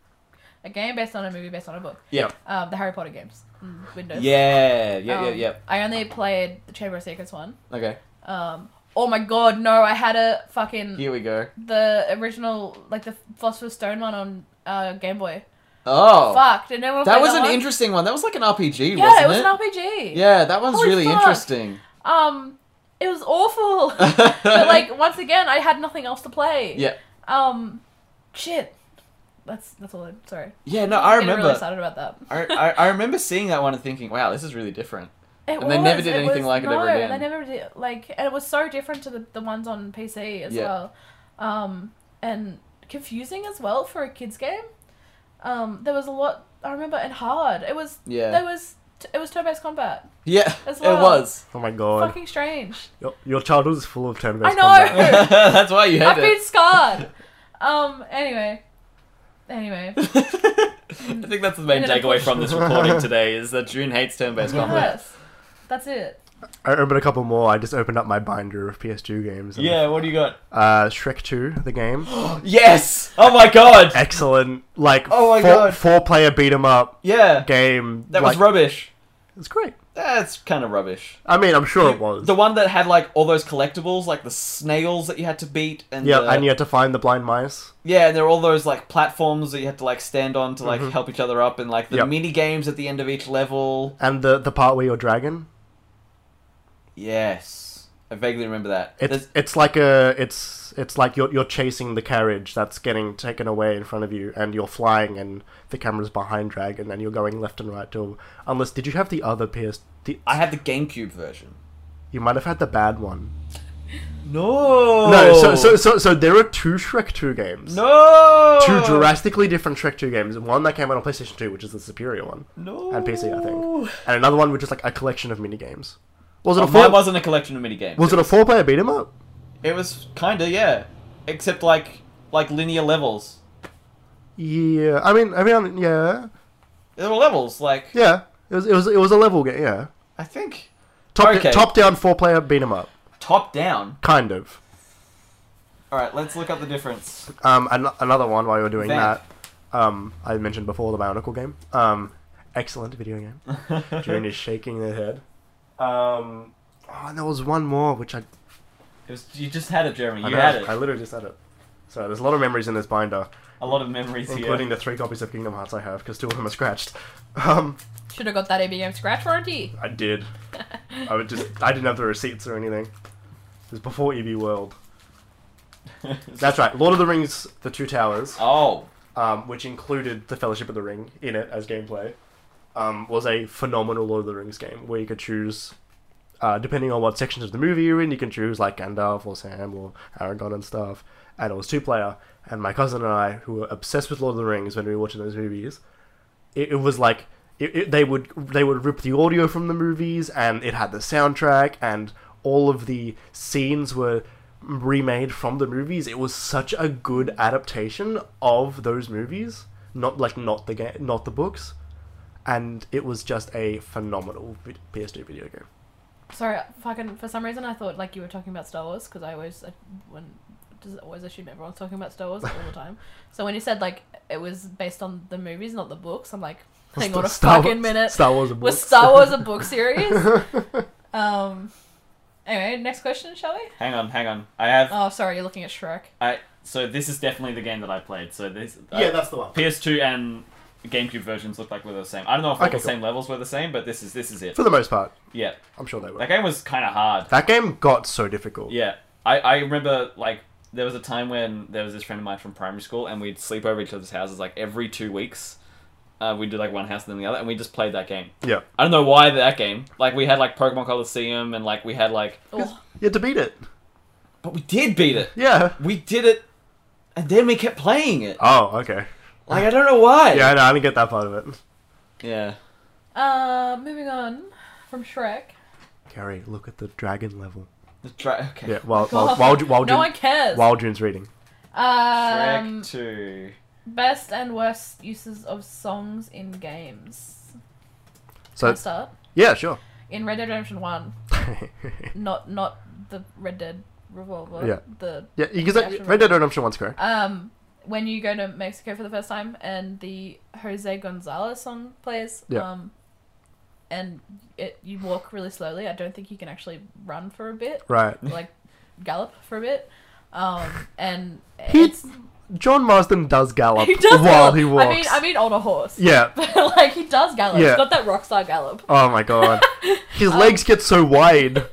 a game based on a movie based on a book.
yeah,
Um, the Harry Potter games, mm, Windows.
yeah, yeah, yeah,
Um,
yeah.
I only played the Chamber of Secrets one.
Okay,
Um, oh my god, no! I had a fucking
here we go.
the original, like the Philosopher's Stone one on uh, Game Boy.
Oh,
Fuck! Did anyone
That
play
was an
one?
interesting one. That was like an RPG,
Yeah,
wasn't
it was an RPG.
Yeah, that one's
Holy
really
fuck.
interesting.
Um, it was awful. but like once again, I had nothing else to play.
Yeah.
Um, shit. That's that's all. I'm sorry.
Yeah, no, I
I'm getting Really
remember.
excited about that.
I, I, I remember seeing that one and thinking, wow, this is really different.
It
and they never
was-
did anything like
was-
it ever
no,
again.
They never did like, and it was so different to the, the ones on PC as
Yeah.
well, um, and confusing as well for a kids game. Um, there was a lot. I remember and hard. It was there
Yeah.
was it was turn based combat.
Yeah,
As
it
well.
was.
Oh my god.
Fucking strange.
Your, your childhood is full of turn-based
I know.
combat.
That's why you hate
I've been
it.
scarred. um. Anyway. Anyway.
I think that's the main
And then
takeaway from this recording today is that June hates turn-based combat.
Yes. That's it.
I remembered a couple more. I just opened up my binder of PS2 games. and,
Yeah, what do you got?
Uh, Shrek 2, the game.
Yes! Oh my god!
Excellent. Like,
Oh my
four,
God.
four-player beat-em-up
Yeah,
game.
that was
like,
rubbish.
It's great.
That's kind of rubbish.
I mean, I'm sure it was.
The one that had like all those collectibles, like the snails that you had to beat, and
yeah,
the-
and you had to find the blind mice.
Yeah, and there are all those like platforms that you had to like stand on to like help each other up, and like the
Mm-hmm. Yep.
mini games at the end of each level.
And the, the part where you're dragon.
Yes, I vaguely remember that.
It's
There's-
it's like a it's it's like you're you're chasing the carriage that's getting taken away in front of you, and you're flying, and the camera's behind Dragon, and you're going left and right till unless did you have the other PS? The,
I had the GameCube version.
you might have had the bad one.
No,
No, so so so so there are two Shrek two games.
no,
Two drastically different Shrek 2 games. One that came out on PlayStation 2, which is the superior one,
no,
and PC, I think. And another one which is like a collection of minigames. Was it
Oh,
a four?
mine wasn't a collection of mini games.
was it a four-player beat 'em up?
It was kinda yeah, except like like linear levels.
Yeah, I mean, I mean, yeah,
There were levels like
yeah. It was, it was, it was a level game. Yeah,
I think
top,
Okay.
top down four-player beat 'em up,
top down.
kind of.
All right, let's look up the difference.
Um, an- another one while you're doing
Vamp.
that. Um, I mentioned before the Bionicle game. Um, excellent video game. June is shaking their head. Um, oh, and there was one more which I
was, you just had it, Jeremy. You
I, know,
had it.
I literally just had it. So there's a lot of memories in this binder,
A lot of memories
including
here.
the three copies of Kingdom Hearts I have, because two of them are scratched. Um,
Should have got that ABM scratch warranty.
I did. I would just. I didn't have the receipts or anything. It was before EB World. That's right. Lord of the Rings: The Two Towers,
oh,
um, which included the Fellowship of the Ring in it as gameplay, um, was a phenomenal Lord of the Rings game where you could choose, uh, depending on what sections of the movie you're in, you can choose like Gandalf or Sam or Aragorn and stuff. And it was two player. And my cousin and I, who were obsessed with Lord of the Rings when we were watching those movies, it, it was like it, it, they would they would rip the audio from the movies and it had the soundtrack and all of the scenes were remade from the movies it was such a good adaptation of those movies not like not the game not the books and it was just a phenomenal vid- PS2 video game.
Sorry, fucking. For some reason, I thought like you were talking about Star Wars because I always I, when does always assume everyone's talking about Star Wars all the time. So when you said like it was based on the movies, not the books, I'm like, hang on a fucking
Wars,
minute.
Star Wars.
Was Star Wars a book series? um. Anyway, next question, shall we?
hang on, hang on. I have.
Oh, sorry, you're looking at Shrek.
I so this is definitely the game that I played. So this. uh, I-
yeah, that's the one.
PS2 and GameCube versions looked like were the same. I don't know if all
Okay,
the
cool.
same levels were the same, but this is this is it.
For the most part,
Yeah,
I'm sure they were.
that game was kind of hard.
That game got so difficult.
Yeah, I, I remember like there was a time when there was this friend of mine from primary school, and we'd sleep over each other's houses like every two weeks. Uh, we'd do like one house and then the other, and we just played that game.
yeah,
I don't know why that game. Like we had like Pokemon Coliseum, and like we had like,
Oh,
you had to beat it.
but we did beat it.
Yeah.
We did it, and then we kept playing it.
Oh, okay.
Like I don't know why.
Yeah, no, I didn't get that part of it.
Yeah.
uh, moving on from Shrek.
Gary, look at the dragon level.
The dra- okay.
Yeah, while while
God.
while, Ju- while,
no
Jun-
one cares.
while June's reading.
Shrek
um,
Two.
best and worst uses of songs in games. Can I
So
start
yeah, sure.
in Red Dead Redemption One, not not the Red Dead Revolver.
Yeah.
The
yeah, because that-
Actually-
Red Dead Redemption One's correct.
um when you go to Mexico for the first time and the Jose Gonzalez song plays.
Yeah.
Um, and it you walk really slowly. I don't think you can actually run for a bit,
Right.
like gallop for a bit. Um, and
He
it's,
John Marsden does gallop
he does
while
gallop.
he walks.
I mean, I mean, on a horse.
yeah.
But like he does gallop.
Yeah.
He's got that rock star gallop.
Oh my god. His legs get so wide.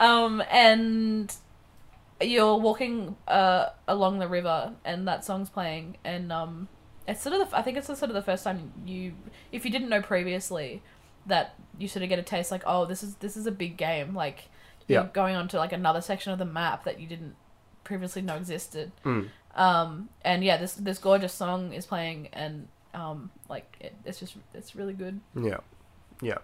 Um, and you're walking uh along the river, and that song's playing, and um, it's sort of the, I think it's the sort of the first time you, if you didn't know previously, that you sort of get a taste like, oh, this is this is a big game, like you're
Yeah.
going on to like another section of the map that you didn't previously know existed.
Mm.
Um, and yeah, this this gorgeous song is playing, and um, like it, it's just it's really good.
Yeah. Yeah.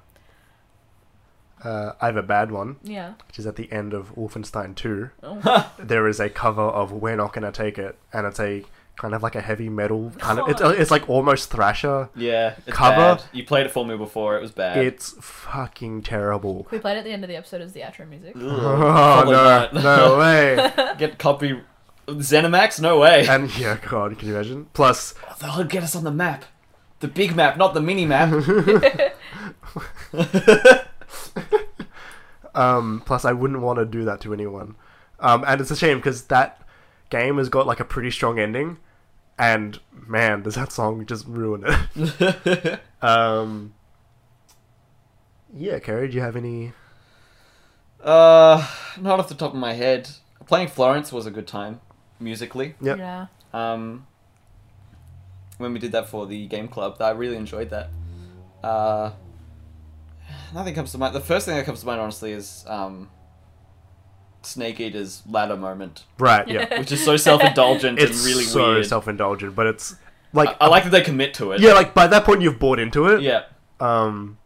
Uh, I have a bad one,
Yeah.
which is at the end of Wolfenstein 2.
Oh.
there is a cover of "We're Not Gonna Take It," and it's a kind of like a heavy metal kind of. It's, it's like almost thrasher.
Yeah. It's
Cover.
Bad. You played it for me before. It was bad.
It's fucking terrible.
we played at the end of the episode as the outro music.
Oh
Probably
no,
not.
no way!
Get copy. Zenimax? No way.
And yeah, God, can you imagine? Plus,
They'll get us on the map. The big map, not the mini map.
um, plus I wouldn't want to do that to anyone. Um, and it's a shame because that game has got like a pretty strong ending, and man, does that song just ruin it? um, yeah, Kerry, do you have any?
uh, not off the top of my head. Playing Florence was a good time, musically.
Yep.
Yeah.
Um, when we did that for the game club, I really enjoyed that. Uh, nothing comes to mind. The first thing that comes to mind, honestly, is um, Snake Eater's ladder moment,
Right, yeah.
which is so self-indulgent and
it's
really
so
weird.
self-indulgent, but it's like
I-, I like that they commit to it.
yeah, like by that point you've bought into it.
yeah.
Um,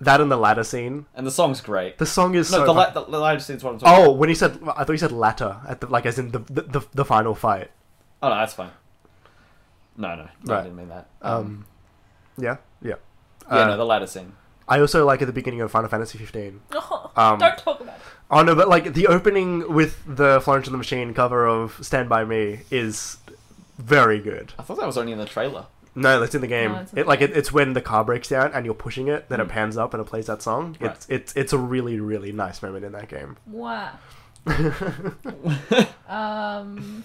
that and the ladder scene.
And the song's great.
The song is
No,
so.
the,
fu-
la- the, the ladder scene's what I'm talking
oh, when he said, I thought he said latter at the like as in the the, the, the final fight.
about. Oh, no, that's fine. No, no, no I
Right.
didn't mean that.
Um, yeah, yeah.
yeah,
uh,
no, the ladder scene.
I also like at the beginning of Final Fantasy 15. Um,
don't talk about it.
Oh no, but like the opening with the Florence and the Machine cover of Stand by Me is very good.
I thought that was only in the trailer.
No, that's in the game.
No, it's in
it
the
like
game.
It, it's when the car breaks down and you're pushing it, then it pans up and it plays that song.
Mm. Right.
It's it's it's a really really nice moment in that game.
Wow. Um,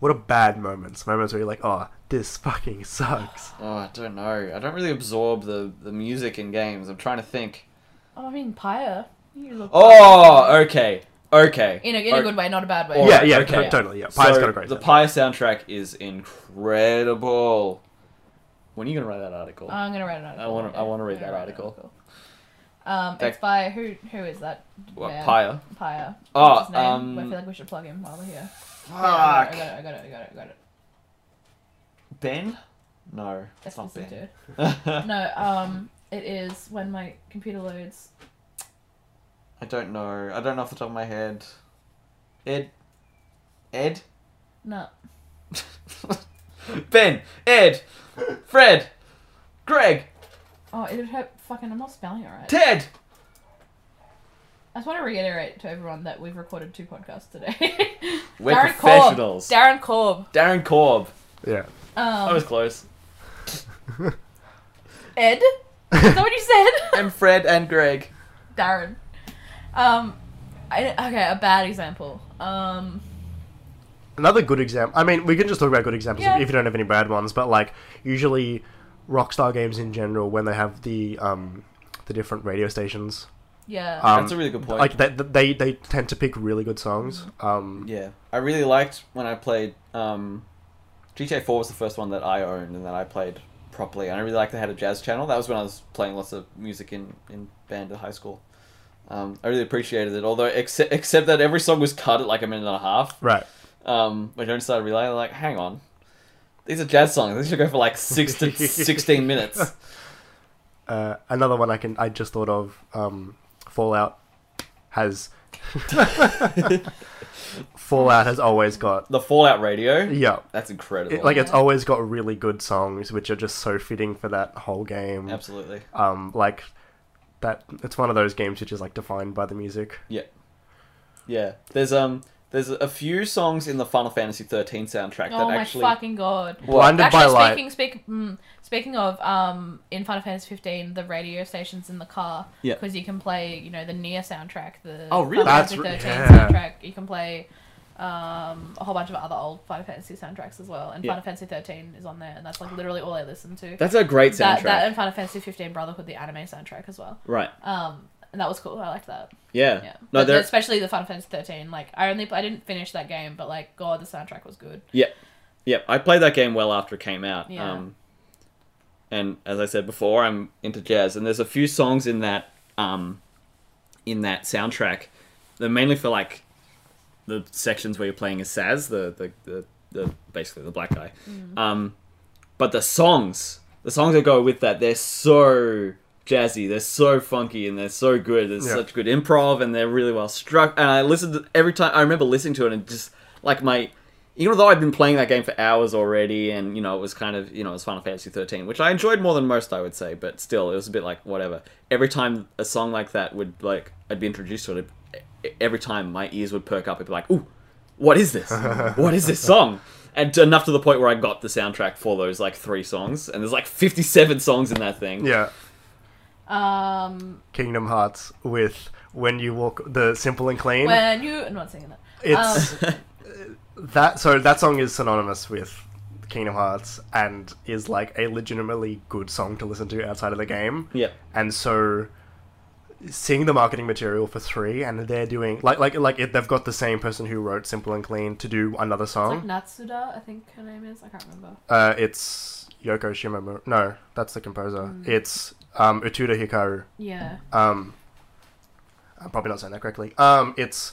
what are bad moments? Moments where you're like, oh, this fucking sucks.
oh, I don't know. I don't really absorb the, the music in games. I'm trying to think.
oh, I mean, Pyre. You look-
Oh, okay. Okay.
in a, in a good way, not a bad way.
Or-
yeah, yeah,
okay.
t- totally. Yeah, Pyre's
so
got a great.
The
soundtrack.
Pyre soundtrack is incredible. When are you going to write that article?
I'm gonna write an article.
I wanna-
yeah.
I wanna read
I'm gonna
that
write an
article.
Um,
That-
it's by who? Who is that?
What,
man?
Pyre?
Pyre.
Oh,
What's his name?
um,
I feel like we should plug him while we're here. Yeah,
Fuck.
I got it. I got it. I got it. I got it.
Ben? No, it's
That's
not
not
Ben.
dude. No, um, it is when my computer loads.
I don't know. I don't know off the top of my head. Ed? Ed?
No,
ben! Ed! Fred! Greg!
oh, it would help. Fucking, I'm not spelling it right.
Ted!
I just want to reiterate to everyone that we've recorded two podcasts today.
We're
Darren
professionals.
Korb. Darren Korb.
Darren Korb.
Yeah.
I
Um,
was close.
Ed. Is that what you said?
And Fred and Greg.
Darren. Um, I, okay, a bad example. Um,
Another good example. I mean, we can just talk about good examples
Yeah.
if, if you don't have any bad ones. But like, usually, Rockstar games in general, when they have the um, the different radio stations,
yeah.
Um,
That's a really good point.
like they, they they tend to pick really good songs. Um,
Yeah, I really liked when I played. Um, GTA Four was the first one that I owned and that I played properly, and I really liked they had a jazz channel. That was when I was playing lots of music in in band at high school. Um, I really appreciated it, although except except that every song was cut at like a minute and a half.
Right.
Um, which I just started realizing, like, hang on, these are jazz songs. These should go for like six to sixteen minutes.
Uh, another one I can I just thought of. Um, Fallout has Fallout has always got
The Fallout radio,
yeah.
that's incredible.
It, like it's always got really good songs, which are just so fitting for that whole game.
absolutely.
um like that it's one of those games which is like defined by the music
Yeah, there's um there's a few songs in the Final Fantasy thirteen soundtrack
oh
that
my
actually
fucking god.
blinded by
Actually,
light
speaking speak, mm, speaking of um, in Final Fantasy 15, the radio stations in the car
Yeah.
because you can play you know the Near soundtrack, the
Oh, really?
Final
That's
Fantasy
re-
13
yeah.
soundtrack. You can play um, a whole bunch of other old Final Fantasy soundtracks as well, and
Yeah.
Final Fantasy 13 is on there, and that's like literally all I listen to.
That's a great soundtrack.
that, that and Final Fantasy 15 Brotherhood, the anime soundtrack as well.
right.
Um, and that was cool. I liked that.
Yeah.
Yeah.
No,
but
there.
especially the Final Fantasy 13. Like I only I didn't finish that game, but like God, the soundtrack was good.
Yeah, I played that game well after it came out.
Yeah.
Um, and as I said before, I'm into jazz, and there's a few songs in that um, in that soundtrack that mainly for like the sections where you're playing as Saz, the the, the, the basically the black guy.
Mm-hmm.
Um, but the songs, the songs that go with that, they're so jazzy, they're so funky, and they're so good. There's
Yeah.
such good improv, and they're really well struck. And I listened to, every time. I remember listening to it, and just like my, even though I'd been playing that game for hours already, and you know it was kind of you know it was Final Fantasy 13, which I enjoyed more than most, I would say. But still, it was a bit like whatever. Every time a song like that would like I'd be introduced to it, e- every time my ears would perk up. It'd be like, ooh what is this? what is this song? And to- enough to the point where I got the soundtrack for those like three songs, and there's like 57 songs in that thing.
yeah
Um,
kingdom hearts with when you walk the simple and clean
when you I'm not singing that. Um,
it's that so that song is synonymous with kingdom hearts and is like a legitimately good song to listen to outside of the game
Yep.
and so seeing the marketing material for three and they're doing like like like it, they've got the same person who wrote simple and clean to do another
Like
song
Natsuda, I think her name is. I can't remember.
uh it's yoko shimomura no that's the composer
Mm.
it's um utuda hikaru
Yeah.
um, I'm probably not saying that correctly. Um, it's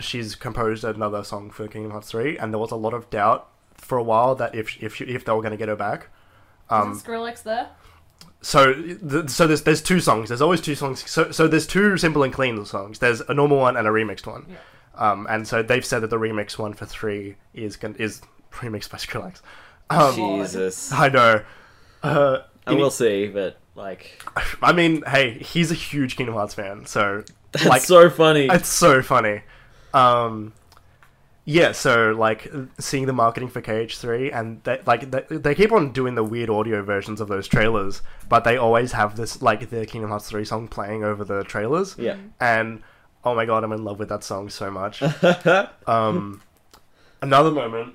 she's composed another song for Kingdom Hearts three, and there was a lot of doubt for a while that if if she, if they were going to get her back. Um,
is it Skrillex there?
so th- so there's there's two songs. There's always two songs. So so there's two simple and clean songs. There's a normal one and a remixed one.
Yeah.
Um, and so they've said that the remix one for three is gon- is remixed by Skrillex. Um,
Jesus.
I know. Uh,
I will see, but like,
I mean, hey, he's a huge Kingdom Hearts fan, so
that's so funny.
It's so funny. Um, yeah, so like seeing the marketing for KH3, and they, like they, they keep on doing the weird audio versions of those trailers,
Mm-hmm.
but they always have this like the Kingdom Hearts 3 song playing over the trailers.
yeah.
And oh my god, I'm in love with that song so much. Um, another moment,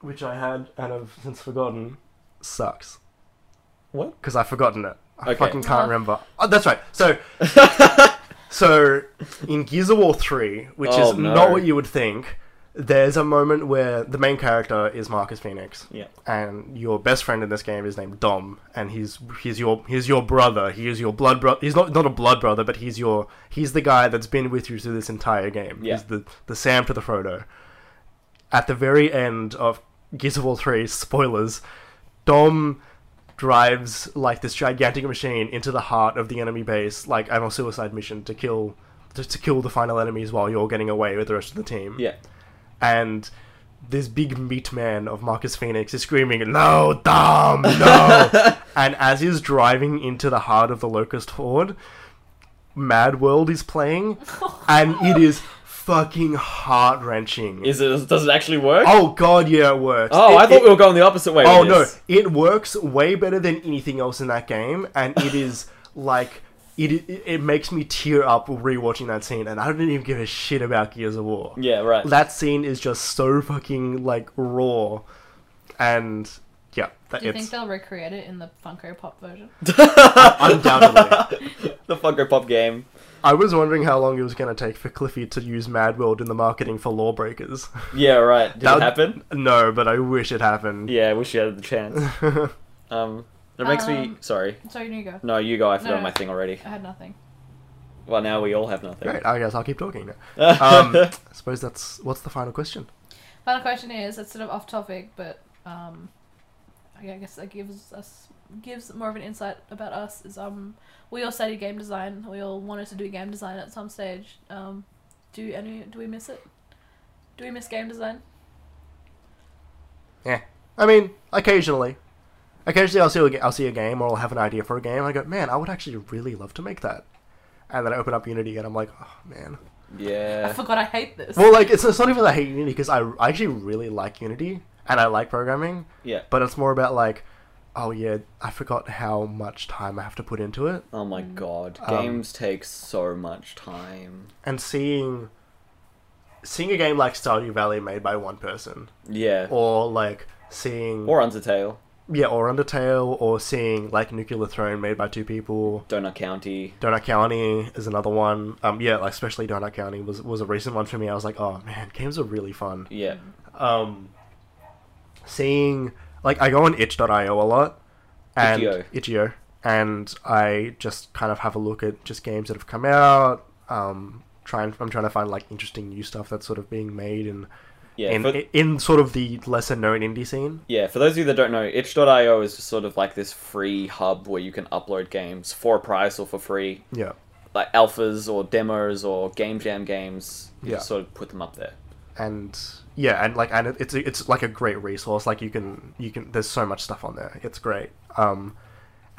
which I had and I've since forgotten, sucks
what?
because I've forgotten it. I
Okay.
fucking can't
Oh.
remember. Oh, that's right. So, so in Gears of War three, which
Oh,
is
no.
not what you would think, there's a moment where the main character is Marcus Phoenix,
Yeah.
and your best friend in this game is named Dom, and he's he's your he's your brother. He is your blood brother. He's not not a blood brother, but he's your he's the guy that's been with you through this entire game.
Yeah.
He's the the Sam to the Frodo. At the very end of Gears of War three, spoilers, Dom drives like this gigantic machine into the heart of the enemy base, like on a suicide mission to kill to, to kill the final enemies while you're getting away with the rest of the team.
Yeah.
And this big meat man of Marcus Phoenix is screaming, "No, Dom, no!" and as he's driving into the heart of the Locust Horde, Mad World is playing, and it is fucking heart wrenching.
Is it? Does it actually work?
Oh god, yeah, it works.
Oh,
It-
I thought
it-
we were going the opposite way.
Oh
with
no,
this.
it works way better than anything else in that game, and it is like it, it. It makes me tear up rewatching that scene, and I don't even give a shit about Gears of War.
Yeah. Right.
That scene is just so fucking like raw, and yeah, that,
Do you
it's
think they'll recreate it in the Funko Pop version?
undoubtedly.
the Funko Pop game.
I was wondering how long it was going to take for Cliffy to use Mad World in the marketing for Lawbreakers.
Yeah. Right. Did
That-
it happen?
no, but I wish it happened.
Yeah. I wish you had the chance. Um. It makes me
Um,
sorry.
Sorry, you go.
No, you go. I forgot
no.
my thing already.
I had nothing.
Well, now we all have nothing.
Great, I guess I'll keep talking. Now. Um, I suppose that's what's the final question.
Final question is it's sort of off topic, but um, I guess that gives us gives more of an insight about us. Is um, we all studied game design. We all wanted to do game design at some stage. Um, do any do we miss it? Do we miss game design?
I mean, occasionally. Occasionally, I'll see a, ga- I'll see a game or I'll have an idea for a game. And I go, man, I would actually really love to make that. And then I open up Unity and I'm like, oh man.
I
yeah.
forgot I hate this.
Well, like it's, it's not even that I hate Unity because I, I actually really like Unity and I like programming,
Yeah.
but it's more about like, oh yeah, I forgot how much time I have to put into it,
Oh my god.
Um,
Games take so much time.
and seeing, seeing a game like Stardew Valley made by one person,
Yeah.
or like seeing
Or Undertale,
yeah, or Undertale, or seeing like Nuclear Throne made by two people,
Donut County.
Donut County is another one. Um, yeah, like especially Donut County was was a recent one for me. I was like, oh man, games are really fun.
Yeah.
Um, seeing like I go on itch.io a lot, and
Itch.io.
itch.io, and I just kind of have a look at just games that have come out. Um, trying I'm trying to find like interesting new stuff that's sort of being made and
Yeah.
in,
for-
in sort of the lesser known indie scene.
Yeah, for those of you that don't know, itch.io is just sort of like this free hub where you can upload games for a price or for free,
Yeah.
like alphas or demos or game jam games. You
Yeah.
just sort of put them up there.
and yeah and like and it- it's it's like a great resource like you can you can there's so much stuff on there it's great um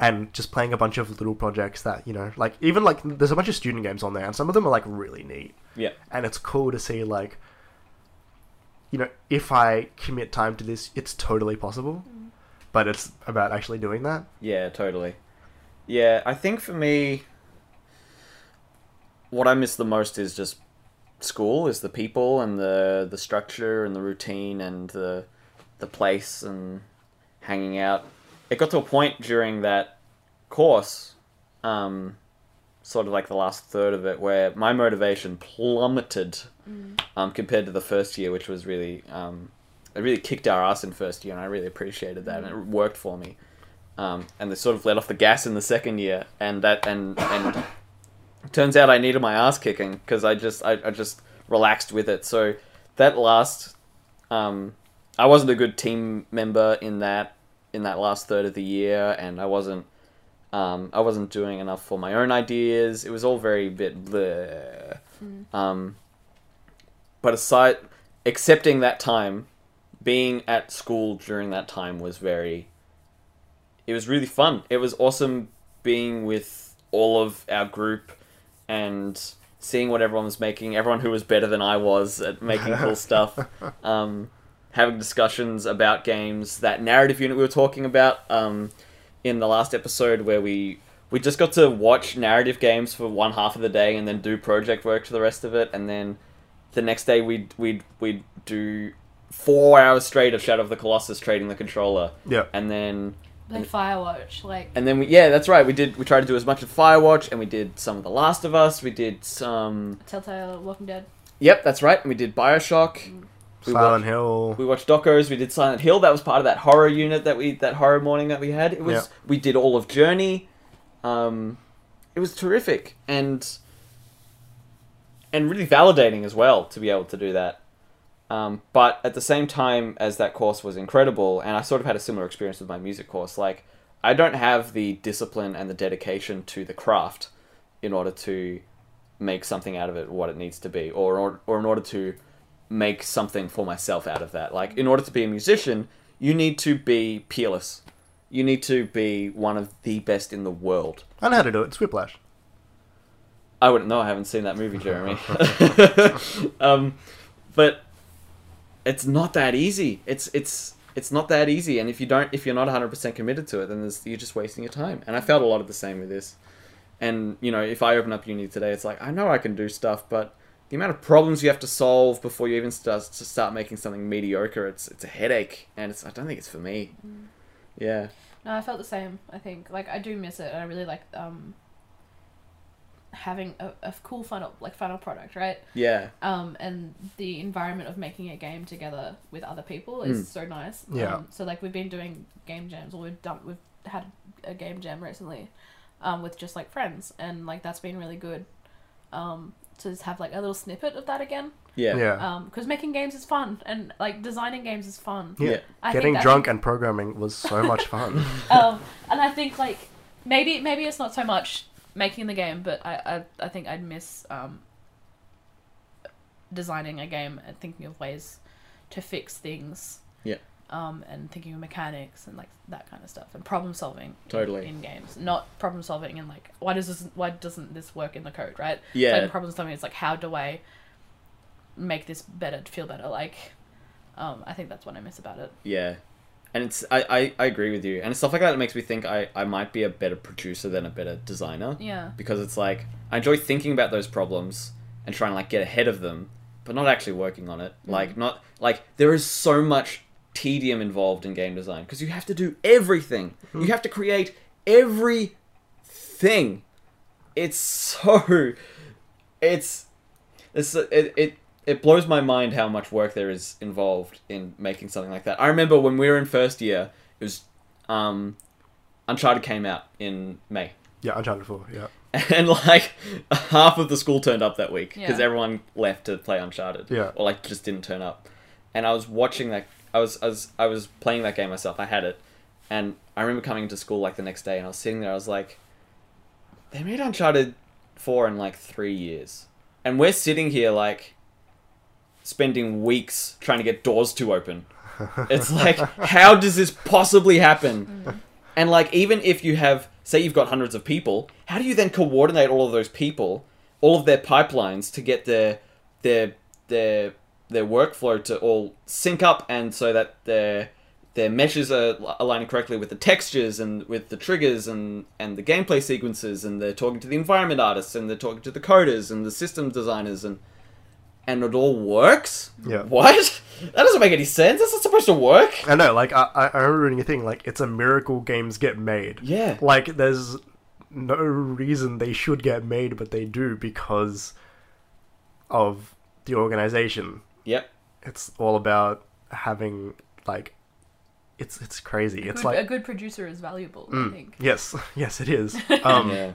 and just playing a bunch of little projects that you know like even like there's a bunch of student games on there and some of them are like really neat
Yeah.
and it's cool to see like you know if i commit time to this it's totally possible
Mm-hmm.
but it's about actually doing that
Yeah, totally. Yeah, I think for me, what I miss the most is just school, is the people and the the structure and the routine and the the place and hanging out. It got to a point during that course, um, sort of like the last third of it, where my motivation plummeted um, compared to the first year, which was really um, it really kicked our ass in first year, and I really appreciated that, and it worked for me um, and they sort of let off the gas in the second year, and that and and turns out I needed my ass kicking because I just I, I just relaxed with it. So that last, um, I wasn't a good team member in that in that last third of the year, and I wasn't um, I wasn't doing enough for my own ideas. It was all very a bit bleh. Um, but aside, accepting that time, being at school during that time was very it was really fun. It was awesome being with all of our group and seeing what everyone was making. Everyone who was better than I was at making cool stuff. Um, having discussions about games. That narrative unit we were talking about um, in the last episode, where we we just got to watch narrative games for one half of the day and then do project work for the rest of it and then the next day we'd we'd we'd do four hours straight of Shadow of the Colossus trading the controller
Yeah.
and then
Like Firewatch, like
and then we yeah that's right we did we tried to do as much of Firewatch and we did some of The Last of Us we did some
Telltale, Walking Dead.
yep that's right and we did Bioshock we
Silent Hill.
we watched Docos. We did Silent Hill. That was part of that horror unit that we that horror morning that we had. It was
Yeah.
we did all of Journey. Um, it was terrific and and really validating as well to be able to do that. Um, but at the same time as that course was incredible, and I sort of had a similar experience with my music course. Like I don't have the discipline and the dedication to the craft in order to make something out of it what it needs to be or or, or in order to make something for myself out of that. Like, in order to be a musician, you need to be peerless. You need to be one of the best in the world.
I know how to do it. It's Whiplash.
I wouldn't know. I haven't seen that movie, Jeremy. um, but it's not that easy. It's it's it's not that easy. And if you don't, if you're not 100 percent committed to it, then there's, you're just wasting your time. And I felt a lot of the same with this. And you know, if I open up uni today, it's like I know I can do stuff, but the amount of problems you have to solve before you even start to start making something mediocre, it's it's a headache, and it's I don't think it's for me. Yeah.
No, I felt the same. I think like I do miss it, and I really like um having a, a cool final like final product, right?
Yeah.
Um, and the environment of making a game together with other people is
Hmm.
Mm.
so nice.
Yeah.
Um, so like we've been doing game jams, or we've done we've had a game jam recently, um, with just like friends, and like that's been really good. Um, to just have like a little snippet of that again,
Yeah.
Yeah.
um, because making games is fun, and like designing games is fun.
Yeah.
Yeah.
I think
Getting
that-
drunk and programming was so much fun.
um, and I think like maybe maybe it's not so much making the game, but I I, I think I'd miss um, designing a game and thinking of ways to fix things.
Yeah.
Um, and thinking of mechanics and like that kind of stuff and problem solving in-
Totally.
in, games, not problem solving in like why does this why doesn't this work in the code, right?
Yeah.
Like problem solving is like how do I make this better to feel better? Like, um, I think that's what I miss about it.
Yeah. And it's I, I, I agree with you. And stuff like that makes me think I, I might be a better producer than a better designer.
Yeah.
Because it's like I enjoy thinking about those problems and trying to like get ahead of them, but not actually working on it. Like not like there is so much tedium involved in game design because you have to do everything. You have to create everything. It's so it's it's it, it it blows my mind how much work there is involved in making something like that. I remember when we were in first year, it was um, Uncharted came out in May,
yeah, Uncharted 4. Yeah.
and like half of the school turned up that week because
Yeah.
everyone left to play Uncharted,
Yeah.
or like just didn't turn up. And I was watching that. I was I was I was playing that game myself. I had it, and I remember coming into school like the next day, and I was sitting there. I was like, they made Uncharted four in like three years, and we're sitting here like spending weeks trying to get doors to open. It's like, how does this possibly happen? And like, even if you have, say, you've got hundreds of people, how do you then coordinate all of those people, all of their pipelines to get their their their their workflow to all sync up, and so that their their meshes are li- aligning correctly with the textures and with the triggers and and the gameplay sequences, and they're talking to the environment artists, and they're talking to the coders and the system designers, and and it all works.
Yeah.
What? That doesn't make any sense. That's not supposed to work.
I know, like, I, I I remember reading a thing, like, it's a miracle games get made.
Yeah.
Like, there's no reason they should get made, but they do because of the organization.
Yep.
It's all about having, like, it's it's crazy. It's
Good, a
like, Mm. hmm,
good producer is valuable. I think.
yes, yes, it is. Um,
yeah.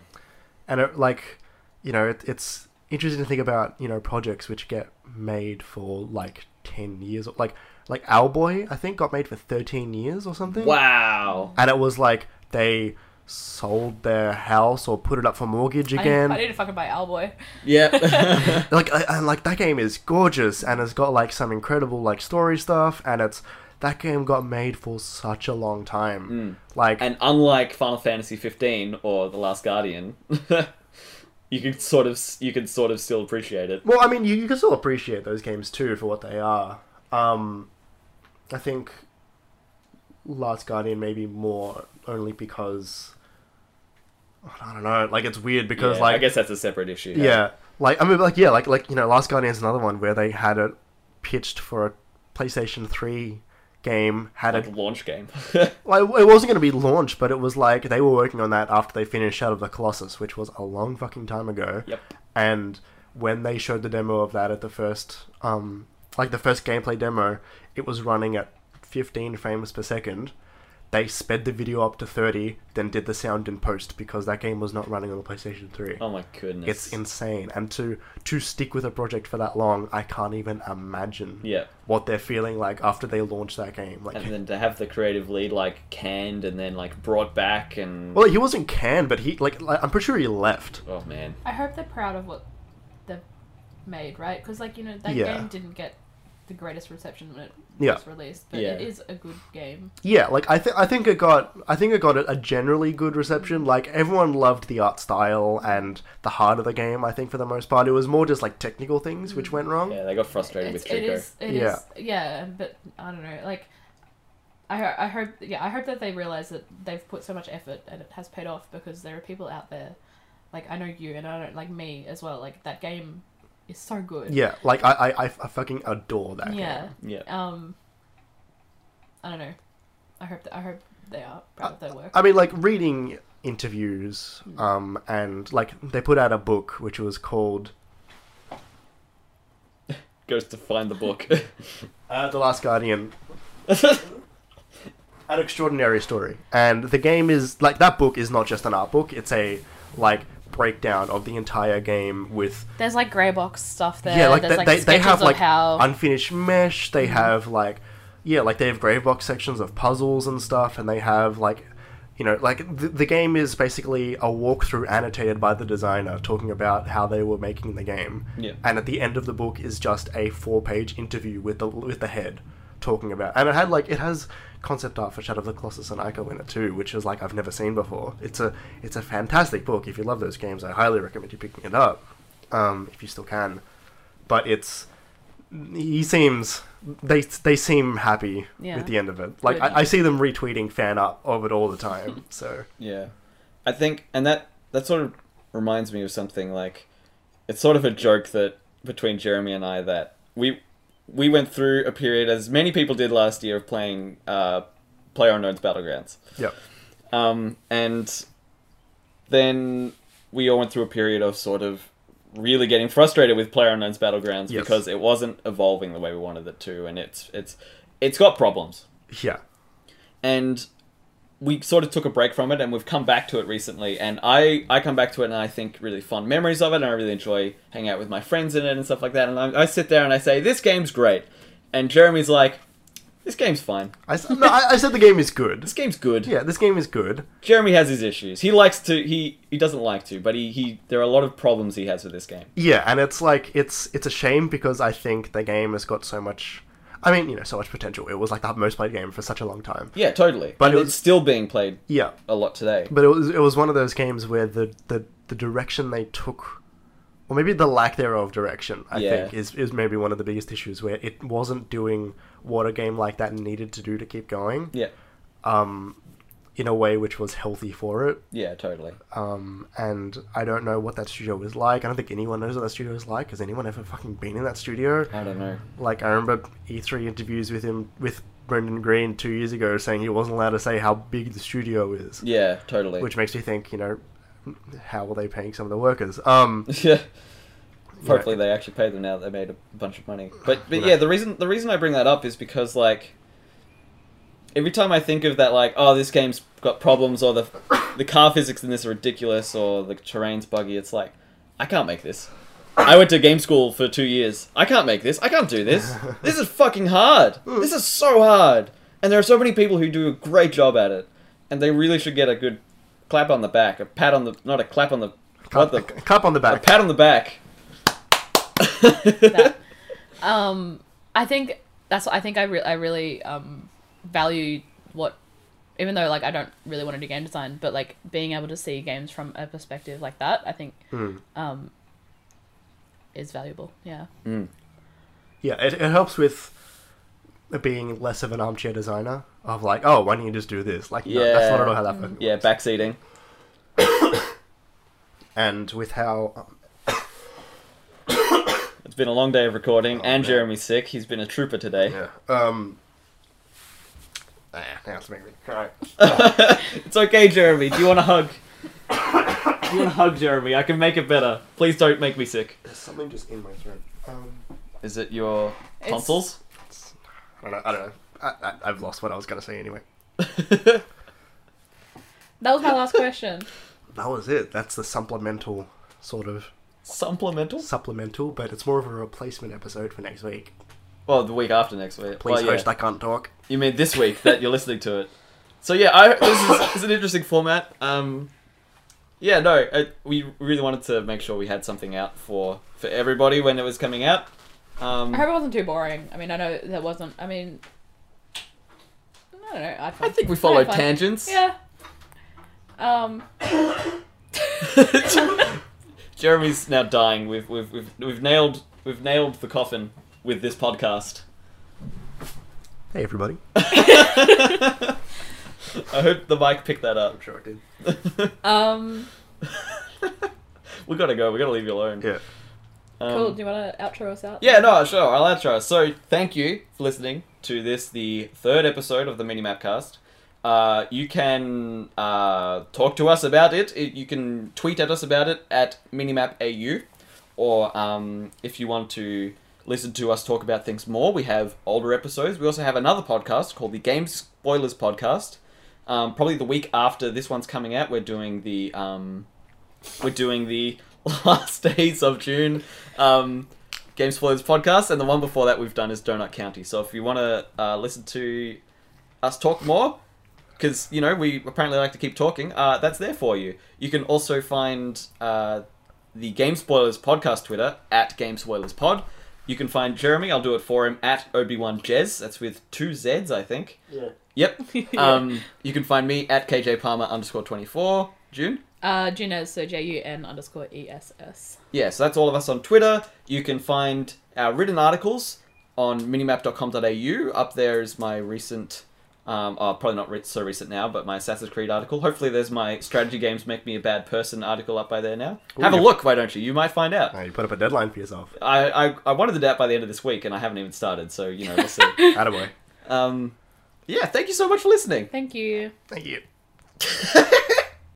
and it, like you know it, it's interesting to think about you know projects which get made for like 10 years or like like owlboy i think got made for 13 years or something
Wow.
and it was like they sold their house or put it up for mortgage again
I, I need to fucking buy Owlboy.
Yeah.
like I, and like that game is gorgeous and it's got like some incredible like story stuff and it's that game got made for such a long time like
Hmm. and unlike Final Fantasy 15 or The Last Guardian, you could sort of you could sort of still appreciate it.
Well, I mean, you, you can still appreciate those games too for what they are. Um, I think Last Guardian maybe more only because I don't know. Like it's weird because
Yeah,
like
I guess that's a separate issue.
yeah. like I mean like yeah, like like you know, Last Guardian's another one where they had it pitched for a PlayStation Three game. Had
like
it
launch game.
like it wasn't going to be launched, but it was like they were working on that after they finished Shadow of the Colossus, which was a long fucking time ago.
yep.
And when they showed the demo of that at the first, um, like the first gameplay demo, it was running at 15 frames per second. They sped the video up to 30, then did the sound in post because that game was not running on the PlayStation 3.
Oh my goodness.
It's insane, and to to stick with a project for that long, I can't even imagine
Yeah.
what they're feeling like after they launch that game. Like,
And then to have the creative lead like canned and then like brought back and
well, he wasn't canned, but he like, like I'm pretty sure he left.
oh man.
I hope they're proud of what they've made, right? Because like you know that
Yeah.
game didn't get the greatest reception when it
Yeah.
was released, but it
Yeah.
is a good game.
Yeah, like I think I think it got I think it got a, a generally good reception. Like everyone loved the art style and the heart of the game. I think for the most part, it was more just like technical things which went wrong.
Mm, Yeah, they got frustrated with
It's- it
Trico.
is. it
Yeah.
is- yeah, but I don't know. Like, I ho- I hope yeah I hope that they realize that they've put so much effort and it has paid off because there are people out there, like I know you and I don't like me as well. Like that game is so good.
Yeah, like I I, I, I fucking adore that.
Yeah.
Yeah.
Um. I don't know. I hope that I hope they are proud of their work.
I mean, like reading interviews, um, and like they put out a book which was called
Goes to find the book.
uh, The Last Guardian: An Extraordinary Story. And the game is like that book is not just an art book; it's a like breakdown of the entire game with
There's like grey box stuff there.
yeah, like,
There's
they,
like
they, they
sketches
have
of
like
how Mm-hmm.
unfinished mesh. They have like yeah, like they have grave box sections of puzzles and stuff, and they have like you know like the, the game is basically a walkthrough annotated by the designer talking about how they were making the game.
Yeah.
And at the end of the book is just a four-page interview with the with the head talking about, and it had like it has concept art for Shadow of the Colossus and Ico in it too, which is like I've never seen before. It's a it's a fantastic book. If you love those games, I highly recommend you picking it up, um, if you still can. But it's he seems they they seem happy
Yeah.
with the end of it. Like
Good.
I, I see them retweeting fan art of it all the time. So
Yeah, I think, and that that sort of reminds me of something like it's sort of a joke that between Jeremy and I that we we went through a period as many people did last year of playing uh, PlayerUnknown's Battlegrounds,
yeah,
um, and then we all went through a period of sort of really getting frustrated with PlayerUnknown's Battlegrounds
Yes.
because it wasn't evolving the way we wanted it to, and it's it's it's got problems
yeah,
and we sort of took a break from it and we've come back to it recently and I, I come back to it and I think really fond memories of it and I really enjoy hanging out with my friends in it and stuff like that and I, I sit there and I say this game's great and Jeremy's like this game's fine
I s- no, I, I said the game is good.
this game's good
Yeah, this game is good.
Jeremy has his issues he likes to he he doesn't like to but he, he there are a lot of problems he has with this game
Yeah, and it's like it's it's a shame because I think the game has got so much. I mean, you know, so much potential. It was like the most played game for such a long time.
yeah totally
But
but
it
it's
was-
still being played
Yeah,
a lot today
but it was it was one of those games where the the, the direction they took, or maybe the lack thereof direction, I
Yeah.
think is is maybe one of the biggest issues where it wasn't doing what a game like that needed to do to keep going.
yeah
Um, in a way which was healthy for it.
yeah totally
Um, and I don't know what that studio is like. I don't think anyone knows what that studio is like. Has anyone ever fucking been in that studio?
I don't know
Like I remember E3 interviews with him with Brendan Green two years ago saying he wasn't allowed to say how big the studio is,
yeah totally
which makes me think, you know, how are they paying some of the workers? Um,
yeah. Hopefully they actually paid them now that they made a bunch of money. But but
Well,
yeah,
that-
the reason the reason I bring that up is because like every time I think of that like, oh this game's got problems or the the car physics in this are ridiculous or the terrain's buggy, it's like, I can't make this. I went to game school for two years. I can't make this. I can't do this. This is fucking hard. This is so hard. And there are so many people who do a great job at it. And they really should get a good clap on the back. A pat on the not a clap on the
clap,
what the
clap on the
a
back.
pat on the back.
that. Um, I think that's what I think I, re- I really um, value what, even though like I don't really want to do game design, but like being able to see games from a perspective like that, I think
Hmm.
um, is valuable. Yeah.
Yeah, it, it helps with being less of an armchair designer of like, oh, why don't you just do this? Like, no, that's
Yeah.
not at all how that fucking
Yeah, backseating.
and with how um,
It's been a long day of recording,
Oh,
and
man.
Jeremy's sick. He's been a trooper today.
yeah um ah, now it's making me cry.
It's okay, Jeremy. Do you want a hug? Do you want a hug, Jeremy? I can make it better. Please don't make me sick.
There's something just in my throat. Um,
Is it your
It's-
tonsils?
it's- I don't know. I don't know. I, I, I've lost what I was gonna say anyway.
That was my last question.
That was it. That's the supplemental sort of
Supplemental?
supplemental, but it's more of a replacement episode for next week.
Well, the week after next week.
Please
well, yeah.
host. I can't talk.
You mean this week that you're listening to it? So yeah, I, this is this is an interesting format. Um, yeah, no, I, we really wanted to make sure we had something out for for everybody when it was coming out. Um,
I hope it wasn't too boring. I mean, I know that wasn't. I mean, I don't know. I,
I think we followed
I had
tangents.
fun. Yeah. Um.
Jeremy's now dying. We've we've we've we've nailed we've nailed the coffin with this podcast.
Hey everybody.
I hope the mic picked that up.
I'm sure I did.
Um.
we gotta go. We gotta leave you alone.
Yeah.
Um,
Cool. Do you want to outro us out?
Yeah, no, sure. I'll outro. So, thank you for listening to this, the third episode of the Minimapcast. Uh, you can uh, talk to us about it. it. You can tweet at us about it at MinimapAU. Or um, if you want to listen to us talk about things more, we have older episodes. We also have another podcast called the Game Spoilers Podcast. Um, probably the week after this one's coming out, we're doing the um, we're doing the last days of June um, Game Spoilers podcast, and the one before that we've done is Donut County. So if you want to uh, listen to us talk more, because you know we apparently like to keep talking, uh, that's there for you. You can also find uh, the Game Spoilers podcast Twitter at Game Spoilers Pod. You can find Jeremy. I'll do it for him at Obi Wan Jez. That's with two Z's, I think.
Yeah.
Yep. Um, you can find me at KJ Palmer underscore twenty four June.
Uh, Junez, so J U N underscore E S S.
Yeah, so that's all of us on Twitter. You can find our written articles on minimap.com.au. Up there is my recent, um, oh, probably not re- so recent now, but my Assassin's Creed article. Hopefully, there's my Strategy Games Make Me a Bad Person article up by there now.
Ooh,
Have a
you-
look, why don't you? You might find out.
Now you put up a deadline for yourself.
I, I, I wanted it out by the end of this week, and I haven't even started, so, you know, we'll see.
Attaboy.
um, yeah, thank you so much for listening.
Thank you.
Thank you.